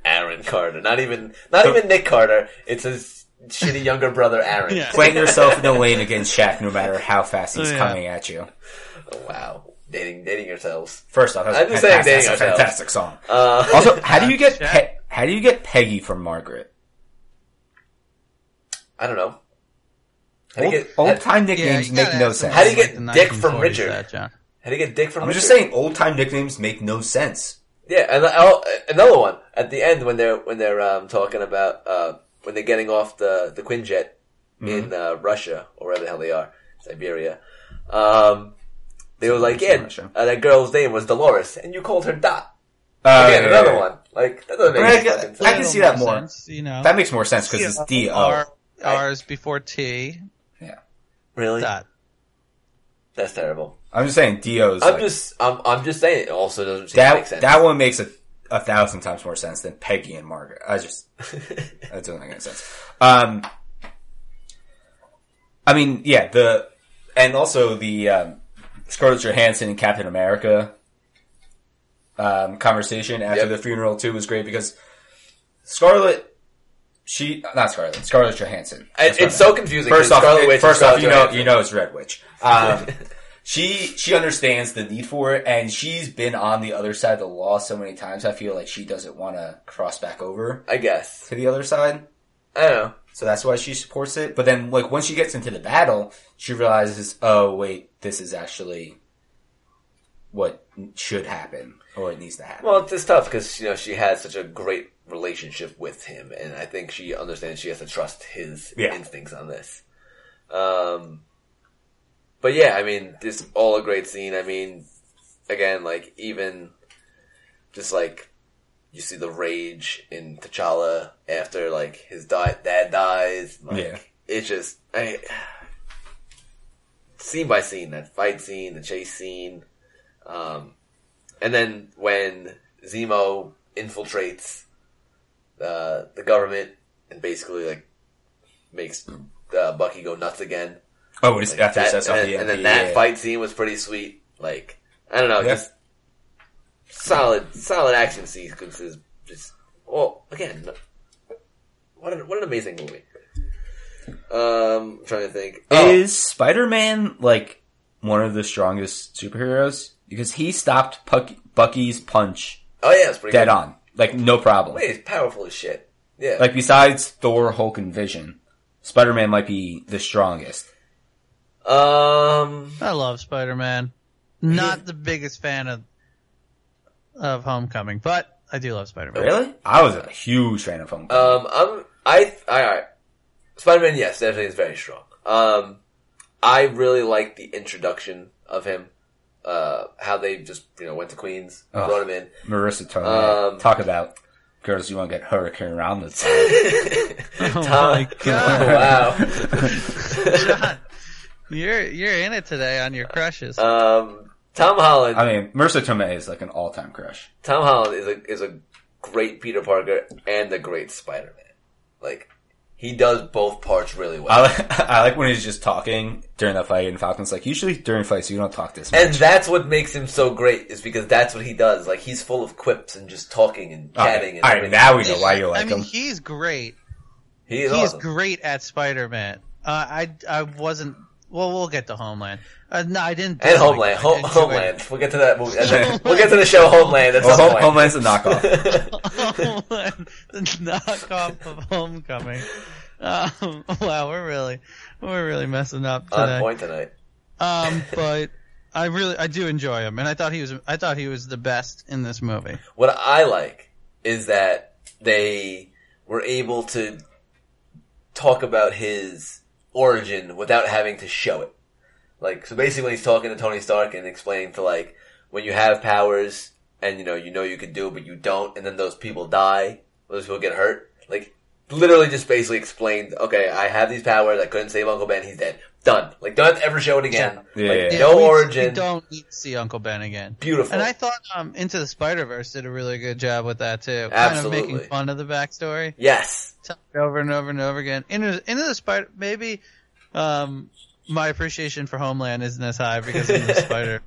Aaron Carter. Not even not even Nick Carter. It's his shitty younger brother Aaron. Yeah. plant yourself in the lane against Shaq, no matter how fast he's Yeah. coming at you. Oh, wow. Dating dating yourselves. First off, that's I'm a just saying fantastic, that's dating a ourselves. fantastic song. Uh, Also, how do you get Shaq. Pe- how do you get Peggy from Margaret? I don't know. How do you get, Old how, time Yeah, nicknames you make gotta no have sense. something How do you like get the Dick from 1940s Richard? that, John. how do you get Dick from I'm Richard? just saying, old time nicknames make no sense. Yeah, and I'll, another one at the end when they're when they're um, talking about uh, when they're getting off the the Quinjet Mm-hmm. in uh, Russia or wherever the hell they are, Siberia. Um, they were like, Somewhere in "Yeah, Russia. uh, that girl's name was Dolores, and you called her Dot." Uh, Again, yeah, another yeah. one. Like that doesn't make I mean, I any get- fucking I sense. can see Little that more. sense, you know. That makes more sense because it's D O. R, R is before T. Really, Dot. that's terrible. I'm just saying D O is I'm like, just, I'm, I'm just saying. It also doesn't seem to make that. sense. That one makes a a thousand times more sense than Peggy and Margaret. I just that doesn't make any sense. Um, I mean, yeah, the and also the um, Scarlett Johansson and Captain America um, conversation after Yep. the funeral too was great because Scarlett, she not Scarlett, Scarlett Johansson. It- That's what I it's meant. so confusing. First 'cause off, Scarlet Witch and first off, Scarlett you know, Johansson. you know, it's Red Witch. Um, she she understands the need for it, and she's been on the other side of the law so many times. I feel like she doesn't want to cross back over I guess. to the other side, I don't know. so that's why she supports it. But then, like once she gets into the battle, she realizes, oh wait, this is actually what should happen or it needs to happen. Well, it's just tough because you know she has such a great relationship with him, and I think she understands she has to trust his Yeah. instincts on this. Um, but yeah, I mean, this is all a great scene. I mean, again, like even just like you see the rage in T'Challa after like his di- dad dies. Like, Yeah. it's just I, scene by scene that fight scene, the chase scene. Um, and then when Zemo infiltrates uh, the government and basically like makes uh, Bucky go nuts again. oh, it's Like, after that- it sets and, off then- the and then MP, that yeah. fight scene was pretty sweet. Like I don't know, Yeah. just solid, solid action sequences. Just well, again, what an, what an amazing movie. Um, I'm trying to think. Oh, Is Spider Man like one of the strongest superheroes? Because he stopped Puck- Bucky's punch oh yeah, it's pretty dead good. on, like no problem. Wait, it's powerful as shit. Yeah, Like besides Thor, Hulk, and Vision, Spider Man might be the strongest. um, I love Spider Man. Not the biggest fan of of Homecoming, but I do love Spider Man. Really? I was a huge fan of Homecoming. Um, I'm I all right. Spider Man, yes, definitely is very strong. Um, I really like the introduction of him. Uh, how they just you know went to Queens, Ugh. brought him in. Marissa Tomei. um, Talk about girls you want to get hurricane around the time. Oh Tom- my god, wow. you're you're in it today on your crushes. um, Tom Holland. I mean, Marissa Tomei is like an all time crush. Tom Holland is a is a great Peter Parker and a great Spider Man. Like he does both parts really well. I like, I like when he's just talking during that fight, and Falcon's like, usually during fights you don't talk this much. And that's what makes him so great is because that's what he does. Like he's full of quips and just talking and all right, chatting. and all right, everything. now we know why you like I mean, him. he's great. he is He's awesome. great at Spider Man. Uh, I I wasn't. Well, we'll get to Homeland. Uh, no, I didn't. And dislike Homeland, it. I Ho- enjoyed Homeland. We'll get to that movie. and then Homeland. we'll get to the show Homeland at Well, some Home- point. Homeland's a knockoff. Homeland, the knockoff of Homecoming. Um, wow, we're really, we're really messing up On today. point tonight. Um, but I really, I do enjoy him, and I thought he was, I thought he was the best in this movie. What I like is that they were able to talk about his origin without having to show it. Like, so basically when he's talking to Tony Stark and explaining to like, when you have powers and you know, you know you can do it, but you don't, and then those people die, those people get hurt, like, literally just basically explained, okay, I have these powers, I couldn't save Uncle Ben, he's dead. Done. Like, don't ever show it again. Yeah. Like, Yeah, no we, origin. We don't need to see Uncle Ben again. Beautiful. And I thought um, Into the Spider Verse did a really good job with that too, kind of Absolutely. making fun of the backstory, yes. telling it over and over and over again. Into, into the Spider, maybe um, my appreciation for Homeland isn't as high because Into the Spider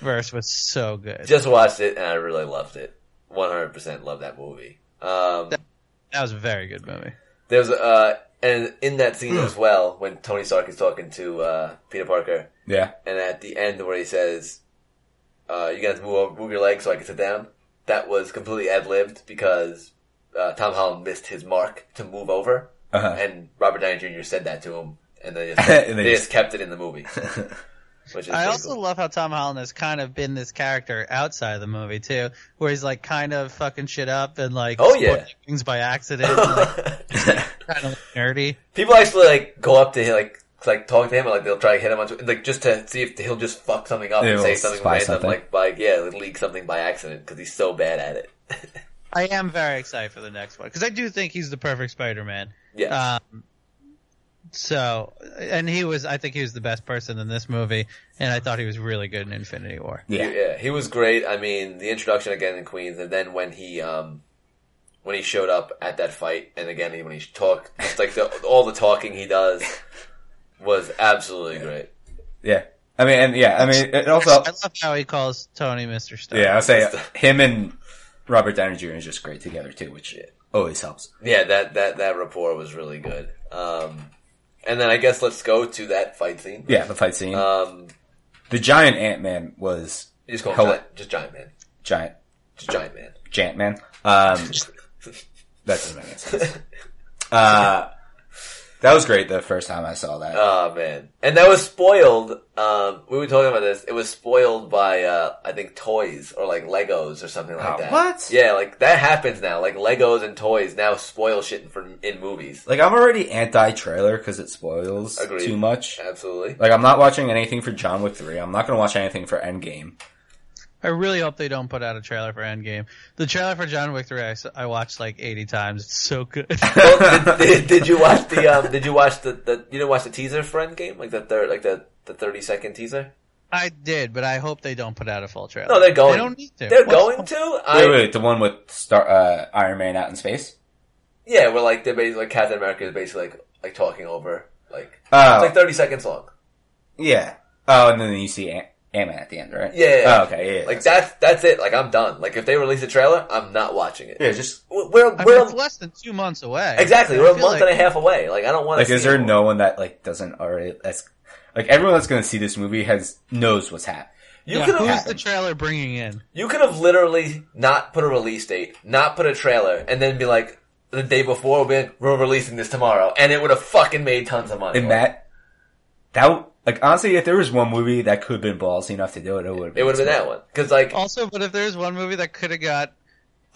Verse was so good. Just watched it and I really loved it. 100% love that movie. Um, that was a very good movie. there's, uh, and in that scene as well, when Tony Stark is talking to, uh, Peter Parker, Yeah. and at the end where he says, uh, you gotta move, over, move your legs so I can sit down, that was completely ad-libbed because, uh, Tom Holland missed his mark to move over, Uh-huh. and Robert Downey Jr. said that to him, and they just, kept, And they they just kept it in the movie. Which is I pretty also cool. love how Tom Holland has kind of been this character outside of the movie too, where he's like kind of fucking shit up and like Oh, yeah. spoiling things by accident, and, like kind of nerdy. People actually like go up to him, like like talk to him, and, like they'll try to hit him on like just to see if he'll just fuck something up and He'll say something spy random, something. like by yeah, like, leak something by accident because he's so bad at it. I am very excited for the next one because I do think he's the perfect Spider-Man. Yeah, Um, so, and he was, I think he was the best person in this movie, and I thought he was really good in Infinity War. He- yeah, he was great. I mean, the introduction again in Queens, and then when he um when he showed up at that fight, and again when he talked, just like the, all the talking he does was absolutely great. Yeah. I mean, and yeah, I mean, it also, I love how he calls Tony Mr. Stark. yeah, I'll say him and Robert Downey Jr. is just great together too, which always helps. Yeah, that that that rapport was really good. Um, and then I guess let's go to that fight scene. Yeah, the fight scene. Um, the giant Ant Man was you just call him Hell- giant, just giant man, giant, just giant man. Jant Man. Um, that doesn't make any sense. Uh, that was great the first time I saw that. Oh man, and that was spoiled. Um, we were talking about this. It was spoiled by uh, I think toys or like Legos or something like Oh, that. what? Yeah, like that happens now. Like Legos and toys now spoil shit for in movies. like, I'm already anti trailer because it spoils Agreed. too much. Absolutely. Like, I'm not watching anything for John Wick 3. I'm not going to watch anything for Endgame. I really hope they don't put out a trailer for Endgame. The trailer for John Wick 3 I, s- I watched like 80 times. It's so good. Well, did, did, did you watch the? Um, did you watch the, the? You didn't watch the teaser for Endgame, like the third, like the the thirty second teaser. I did, but I hope they don't put out a full trailer. No, they're going. They don't need to. They're What's- going to. I, Wait, wait, the one with Star uh, Iron Man out in space? Yeah, we're like they're basically like Captain America is basically like like talking over like Oh, it's like thirty seconds long. yeah. Oh, and then you see Ant Man at the end, right? Yeah, yeah, yeah. Oh, okay, yeah. yeah. Like that's that's it. Like I'm done. Like if they release a trailer, I'm not watching it. yeah, just We're we're, I mean, we're it's less than two months away. exactly I we're a feel month like- and a half away. Like I don't want to. like is there no one that like doesn't already that's like everyone that's going to see this movie has knows what's happening You Yeah, could who's have happened. the trailer bringing in? you could have literally not put a release date, not put a trailer, and then be like the day before we're, we're releasing this tomorrow, and it would have fucking made tons of money. and that that w- like honestly if there was one movie that could have been ballsy enough to do it it would have it would have been that one because like Also, but if there's one movie that could have got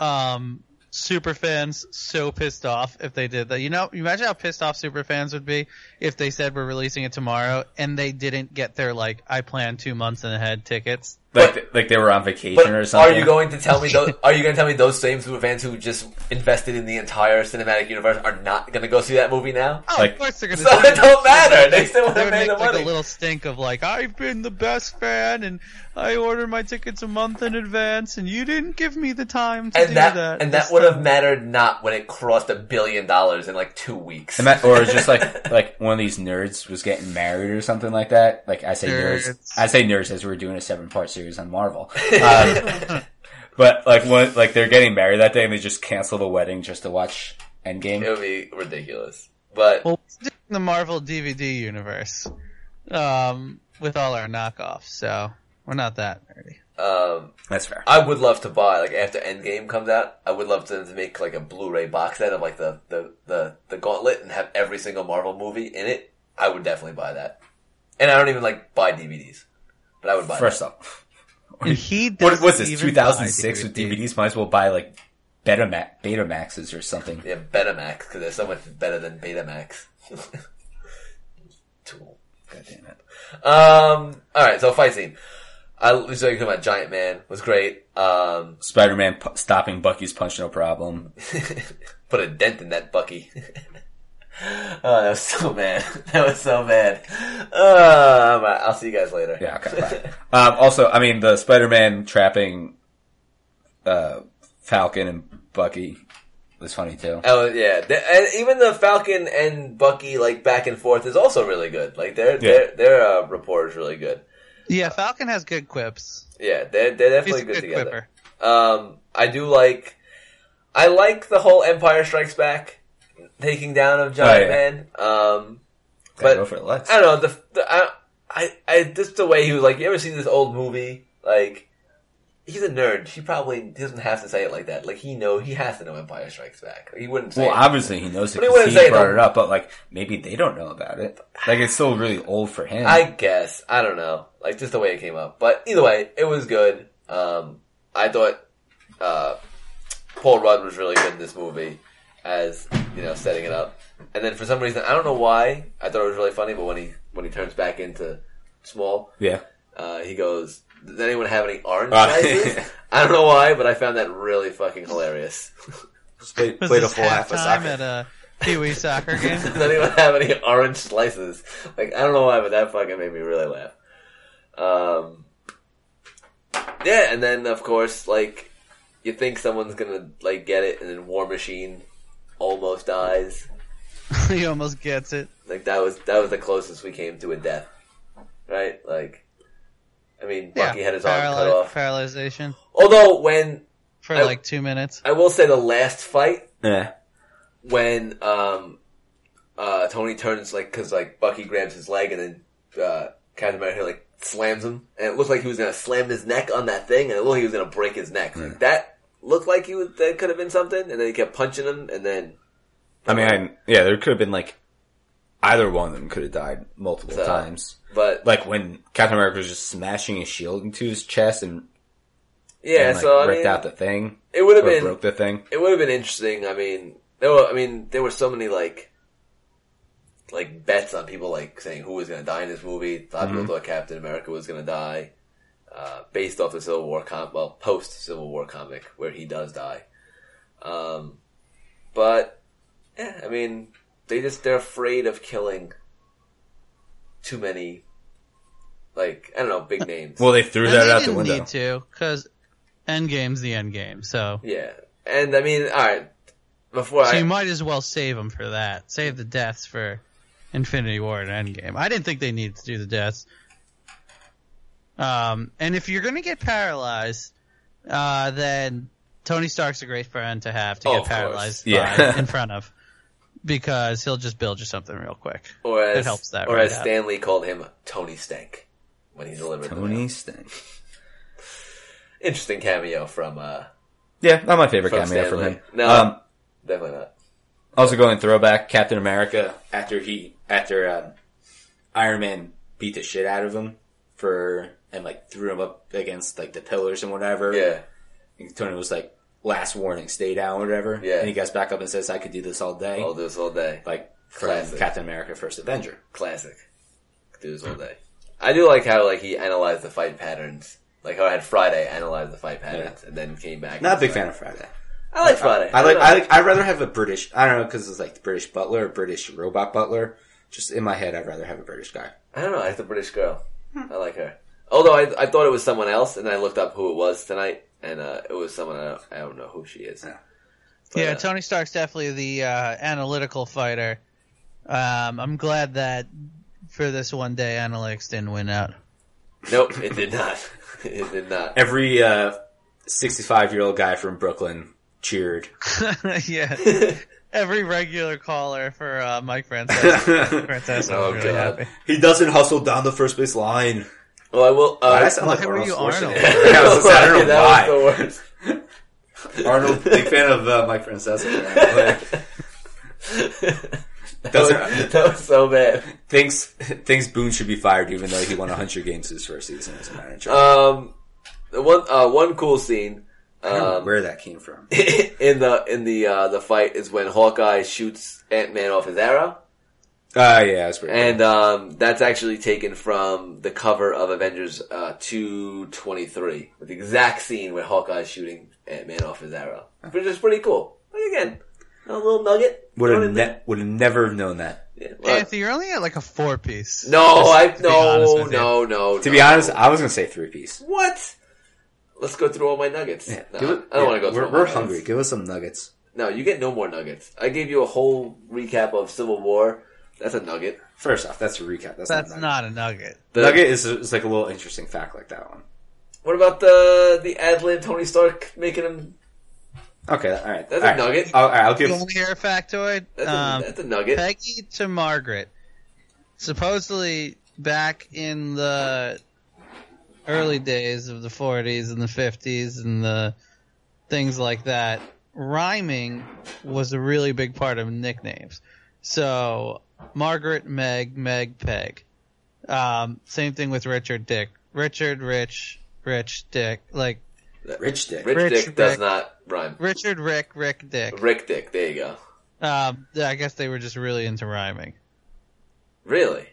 um, super fans so pissed off if they did that, you know, you imagine how pissed off super fans would be if they said we're releasing it tomorrow and they didn't get their like I plan two months in ahead tickets. like th- like they were on vacation But or something Are you going to tell me those? Are you going to tell me those same super fans who just invested in the entire cinematic universe are not going to go see that movie now? Oh, Like- of course they're gonna. So see it don't matter. They still would They have would made make the like money. a little stink of like I've been the best fan and I ordered my tickets a month in advance and you didn't give me the time to do and that, that. and that It's would have mattered not when it crossed a billion dollars in like two weeks. Ima- or just like like one of these nerds was getting married or something like that like i say nerds, Nerds. i say nerds as we we're doing a seven part series on marvel um, but like one like they're getting married that day and they just cancel the wedding just to watch endgame it would be ridiculous. But Well, it's just in the Marvel DVD universe, um, with all our knockoffs, so we're not that nerdy. um, that's fair I would love to buy like after Endgame comes out. I would love to, to make like a Blu-ray box set of like the, the the the Gauntlet and have every single Marvel movie in it. I would definitely buy that. And I don't even like buy DVDs, but I would buy. first off And he what was doesn't this even 2006 buy with DVDs. DVDs? Might as well buy like Betama- Betamaxes or something. Yeah, Betamax, because there's so much better than Betamax. Tool. God damn it! Um, alright, so fight scene. I was talking about Giant Man, was great. Um, Spider-Man pu- stopping Bucky's punch, no problem. put a dent in that Bucky. oh, that was so bad. That was so bad. Uh, I'm out. I'll see you guys later. Yeah, okay. Bye. um, also, I mean, the Spider-Man trapping uh, Falcon and Bucky was funny too. Oh yeah, The- and even the Falcon and Bucky like back and forth is also really good. Like their their their uh, rapport is really good. Yeah, Falcon has good quips. Yeah, they're they're He's definitely a good together. quipper. Um, I do like, I like the whole Empire Strikes Back taking down of Giant Oh, yeah. Man. Um, Gotta but- go for the Lex. I don't know the, the I, I I just the way he was like. You ever seen this old movie like he's a nerd. He probably doesn't have to say it like that. Like he know he has to know Empire Strikes Back. He wouldn't say. Well, it. obviously he knows it But he because wouldn't he, say it, brought though. it up, but like maybe they don't know about it. Like it's still really old for him. I guess. I don't know. Like just the way it came up. But either way, it was good. Um, I thought uh, Paul Rudd was really good in this movie as you know setting it up. And then for some reason, I don't know why, I thought it was really funny. But when he when he turns back into small, yeah, uh, he goes, "Does anyone have any orange Uh, slices?" I don't know why, but I found that really fucking hilarious. just played, Was played a this full half a halftime soccer. at a Pee Wee soccer game? Does anyone have any orange slices? Like I don't know why, but that fucking made me really laugh. Um, yeah, and then of course, like you think someone's gonna like get it, and then War Machine almost dies. he almost gets it. Like that was that was the closest we came to a death, right? Like, I mean, Bucky had his arm cut paraly- off. Paralyzation Although when for I- like two minutes. I will say the last fight Yeah, when um uh Tony turns like because like Bucky grabs his leg and then uh Captain America like slams him and it looked like he was gonna slam his neck on that thing and it looked like he was gonna break his neck like that looked like he would that could have been something and then he kept punching him and then I mean, I, yeah, there could have been like either one of them could have died multiple So- times. but Like when Captain America was just smashing his shield into his chest and, yeah and, like so I ripped mean, out the thing it would or have been broke the thing. it would have been interesting I mean there were I mean there were so many like like bets on people like saying who was gonna die in this movie a lot of people thought Captain America was gonna die uh, based off the Civil War comic, well, post Civil War comic, where he does die. Um, but yeah, I mean, they just they're afraid of killing too many, like I don't know, big names. Well, they threw And that they out the didn't window. need to because Endgame's the Endgame, so yeah, and I mean, all right. Before so I, you might as well save them for that. Save the deaths for Infinity War and Endgame. I didn't think they needed to do the deaths. Um, and if you're gonna get paralyzed, uh, then Tony Stark's a great friend to have to Oh, get of course. paralyzed by, Yeah. in front of, because he'll just build you something real quick. or as, it helps that or right as out. Stanley called him, Tony Stank, when he delivered the mail. Tony Stank. Interesting cameo from uh, Yeah, not my favorite From cameo from Stanley. him. No. Um, definitely not. also going throwback, Captain America after he after um, Iron Man beat the shit out of him for and like threw him up against like the pillars and whatever. Yeah, And Tony was like, "Last warning, stay down," whatever. Yeah. And he gets back up and says, "I could do this all day." I'll do this all day. like from Classic. Captain America: First Avenger. classic. Do this all day. I do like how like he analyzed the fight patterns. Like how I had Friday analyze the fight patterns and then came back. Not a big fan of Friday. I like Friday. I like. don't I know. like. I'd rather have a British. I don't know because it's like the British butler, or British robot butler. Just in my head, I'd rather have a British guy. I don't know. I like the British girl. I like her. Although I, I thought it was someone else, and I looked up who it was tonight, and uh, it was someone I don't, I don't know who she is. Yeah. But, yeah, uh, Tony Stark's definitely the uh, analytical fighter. Um, I'm glad that for this one day, analytics didn't win out. nope, it did not. it did not. Every uh, sixty-five-year-old guy from Brooklyn cheered. yeah, every regular caller for uh, Mike Francesa. he Francesa Oh, was really God. happy. doesn't hustle down the first base line. Well, I will. Uh, Why did I sound like why were Arnold you Schwarzenegger? Arnold? I that was just- I don't know why. was the worst. Arnold, big fan of uh, Mike Francesa. apparently. Doesn't that was so bad. thinks thinks Boone should be fired, even though he won hundred games his first season as a manager. Um, the one uh, one cool scene. I don't know Um, where that came from. in the in the uh, the fight is when Hawkeye shoots Ant Man off his arrow, Ah, yeah, that's weird. and um, that's actually taken from the cover of Avengers uh, two twenty three, the exact scene where Hawkeye is shooting Ant Man off his arrow, which is pretty cool. But again, a little nugget. would Throw it have in ne- would have never have known that. there. Yeah, well, Anthony, you're only at like a four piece. no, I to be honest no with you. no no. To be honest, I was gonna say three piece. what? Let's go through all my nuggets. No, I don't want to go. through We're, all my we're nuggets. hungry. Give us some nuggets. No, you get no more nuggets. I gave you a whole recap of Civil War. That's a nugget. First off, that's a recap. That's, that's not. a nugget. not a nugget. The- Nugget is, is like a little interesting fact like that one. What about the the ad lib Tony Stark making him? Okay, all right. That's all a right. nugget. I'll, all right, I'll give. You want to hear a factoid? That's, Um, a, that's a nugget. Peggy to Margaret. Supposedly back in the early days of the 40s and the 50s and the things like that, rhyming was a really big part of nicknames. So Margaret, Meg, Meg, Peg. Um, same thing with Richard, Dick, Richard, Rich, Rich, Dick. Like Rich Dick. Rich, Rich Dick does Rick. not rhyme. Richard, Rick, Rick, Dick. Rick Dick. There you go. Um, I guess they were just really into rhyming. Really?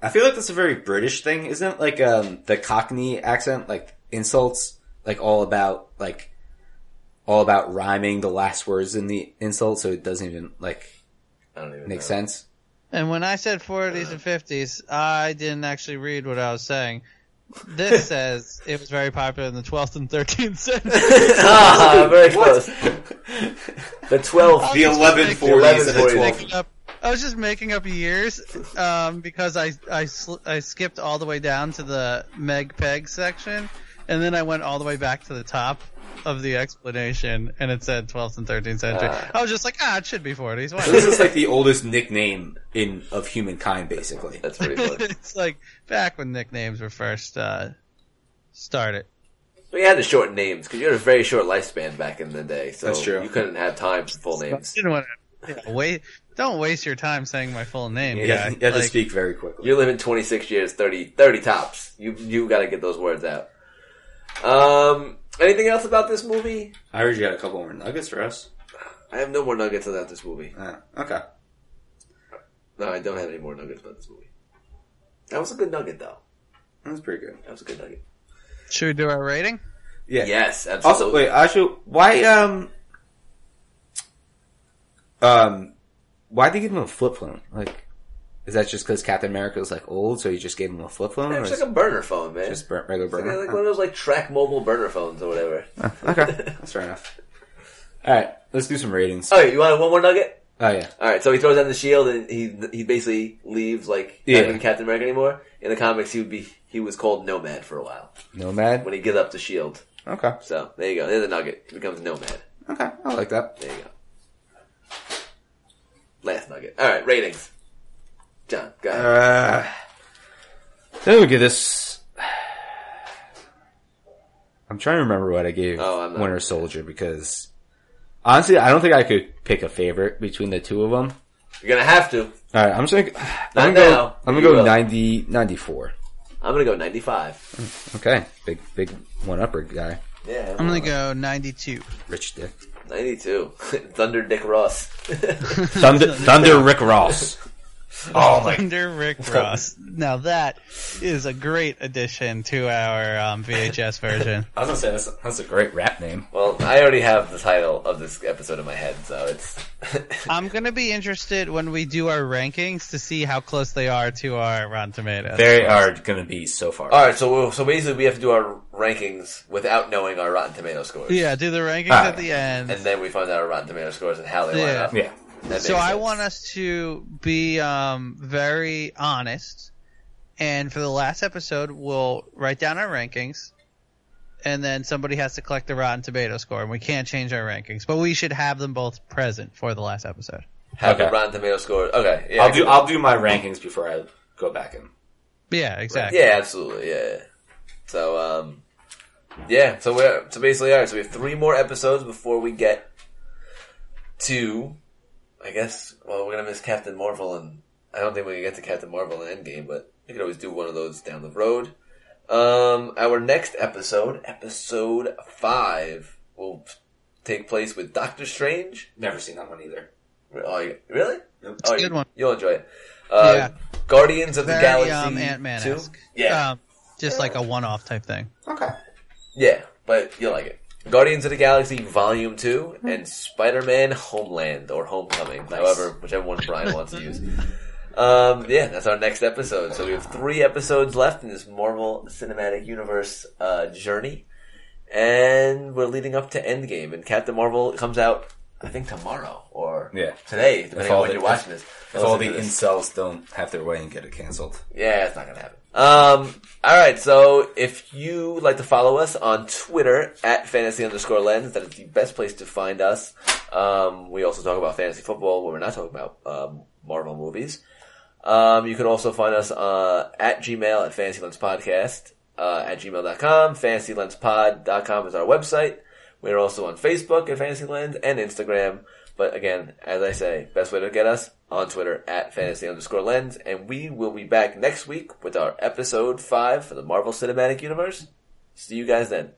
I feel like that's a very British thing, isn't it? Like um, the Cockney accent, like insults, like all about like all about rhyming the last words in the insult, so it doesn't even like I don't even make know. sense. And when I said 40s and 50s, I didn't actually read what I was saying. This says it was very popular in the 12th and 13th century. ah, very close. The 12 The 11 40s and the I was 12. making up- I was just making up years um, because I, I, sl- I skipped all the way down to the Meg Peg section, and then I went all the way back to the top of the explanation, and it said 12th and 13th century. Uh. I was just like, ah, it should be 40s. Why So not? this is like the oldest nickname in of humankind, basically. That's pretty close. it's like back when nicknames were first uh, started. We had to shorten names because you had a very short lifespan back in the day, so That's true. you couldn't have time for full names. Didn't want to wait. Don't waste your time saying my full name. You guy. have, you have to Like, speak very quickly. You're living 26 years, 30, 30 tops. You you got to get those words out. Um, anything else about this movie? I heard you got a couple more nuggets for us. I have no more nuggets about this movie. Uh, okay. No, I don't have any more nuggets about this movie. That was a good nugget, though. That's pretty good. That was a good nugget. Should we do our rating? Yeah. Yes, absolutely. Also, wait, actually, why, um, um, why'd they give him a flip phone? Like, is that just because Captain America was, like, old, so you just gave him a flip phone? Yeah, Or It's is like a burner phone, man. just burnt regular It's burner? like one of those like track mobile burner phones or whatever. Oh, okay, that's fair enough. Alright, let's do some ratings. Oh, you want one more nugget? Oh, yeah. All right, so he throws down the shield and he he basically leaves like not Yeah. even Captain America anymore. In the comics, he would be he was called Nomad for a while Nomad? when he gives up the shield. Okay, So there you go. There's a nugget. He becomes Nomad. okay, I like that. There you go. Last nugget. All right, ratings. John, go ahead. Uh, then we give this. I'm trying to remember what I gave Oh, I'm not- Winter Soldier because honestly, I don't think I could pick a favorite between the two of them. You're gonna have to. All right, I'm just gonna. I'm gonna Not now. go. I'm You gonna go will. 90, 94. I'm gonna go 95. Okay, big big one upper guy, Yeah, I'm gonna go 92. Rich Dick, 92. Thunder Dick Ross. Thunder Thunder Rick Ross. Oh my! Under Rick Ross. Now that is a great addition to our um, VHS version. I was gonna say that's, that's a great rap name. well, I already have the title of this episode in my head, so it's I'm gonna be interested when we do our rankings to see how close they are to our Rotten Tomatoes. They are gonna be so far. All right, so we'll, so basically we have to do our rankings without knowing our Rotten Tomato scores. yeah, do the rankings Ah. at the end. And then we find out our Rotten Tomato scores and how they line Yeah. up. yeah, That makes so I sense. want us to be um, very honest, and for the last episode, we'll write down our rankings, and then somebody has to collect the Rotten Tomato score, and we can't change our rankings, but we should have them both present for the last episode. have the Okay. Rotten Tomato scores. Okay, yeah, I I'll can- do I'll do my rankings before I go back in. Yeah, exactly. yeah, absolutely, yeah. So um, yeah, so we're so basically all right. So we have three more episodes before we get to, I guess. Well, we're gonna miss Captain Marvel, and I don't think we can get to Captain Marvel in Endgame, but we could always do one of those down the road. Um, our next episode, episode five, will take place with Doctor Strange. Never seen that one either. Oh, you- really? Oh, a good you- one. You'll enjoy it. Uh, Guardians of the Very Galaxy um, Ant Man 2? esque. Yeah. Um, just like a one off type thing. Okay. yeah, but you'll like it. Guardians of the Galaxy Volume 2 and Spider-Man Homeland or Homecoming, however, whichever one Brian wants to use. Um, yeah, that's our next episode. So we have three episodes left in this Marvel Cinematic Universe uh, journey. And we're leading up to Endgame, and Captain Marvel comes out, I think, tomorrow or Yeah. today, depending on all when the- you're watching this. If all the Listen to this. incels don't have their way and get it canceled. Yeah, it's not gonna happen. Um, all right. So if you would like to follow us on Twitter at fantasy underscore lens, that is the best place to find us. Um, we also talk about fantasy football when we're not talking about um, Marvel movies. Um, you can also find us uh, at Gmail at Fantasy Lens Podcast. uh, at gmail.com. FantasyLensPod.com is our website. We're also on Facebook at Fantasy Lens and Instagram. But again, as I say, best way to get us on Twitter at fantasy underscore lens. And we will be back next week with our episode five for the Marvel Cinematic Universe. See you guys then.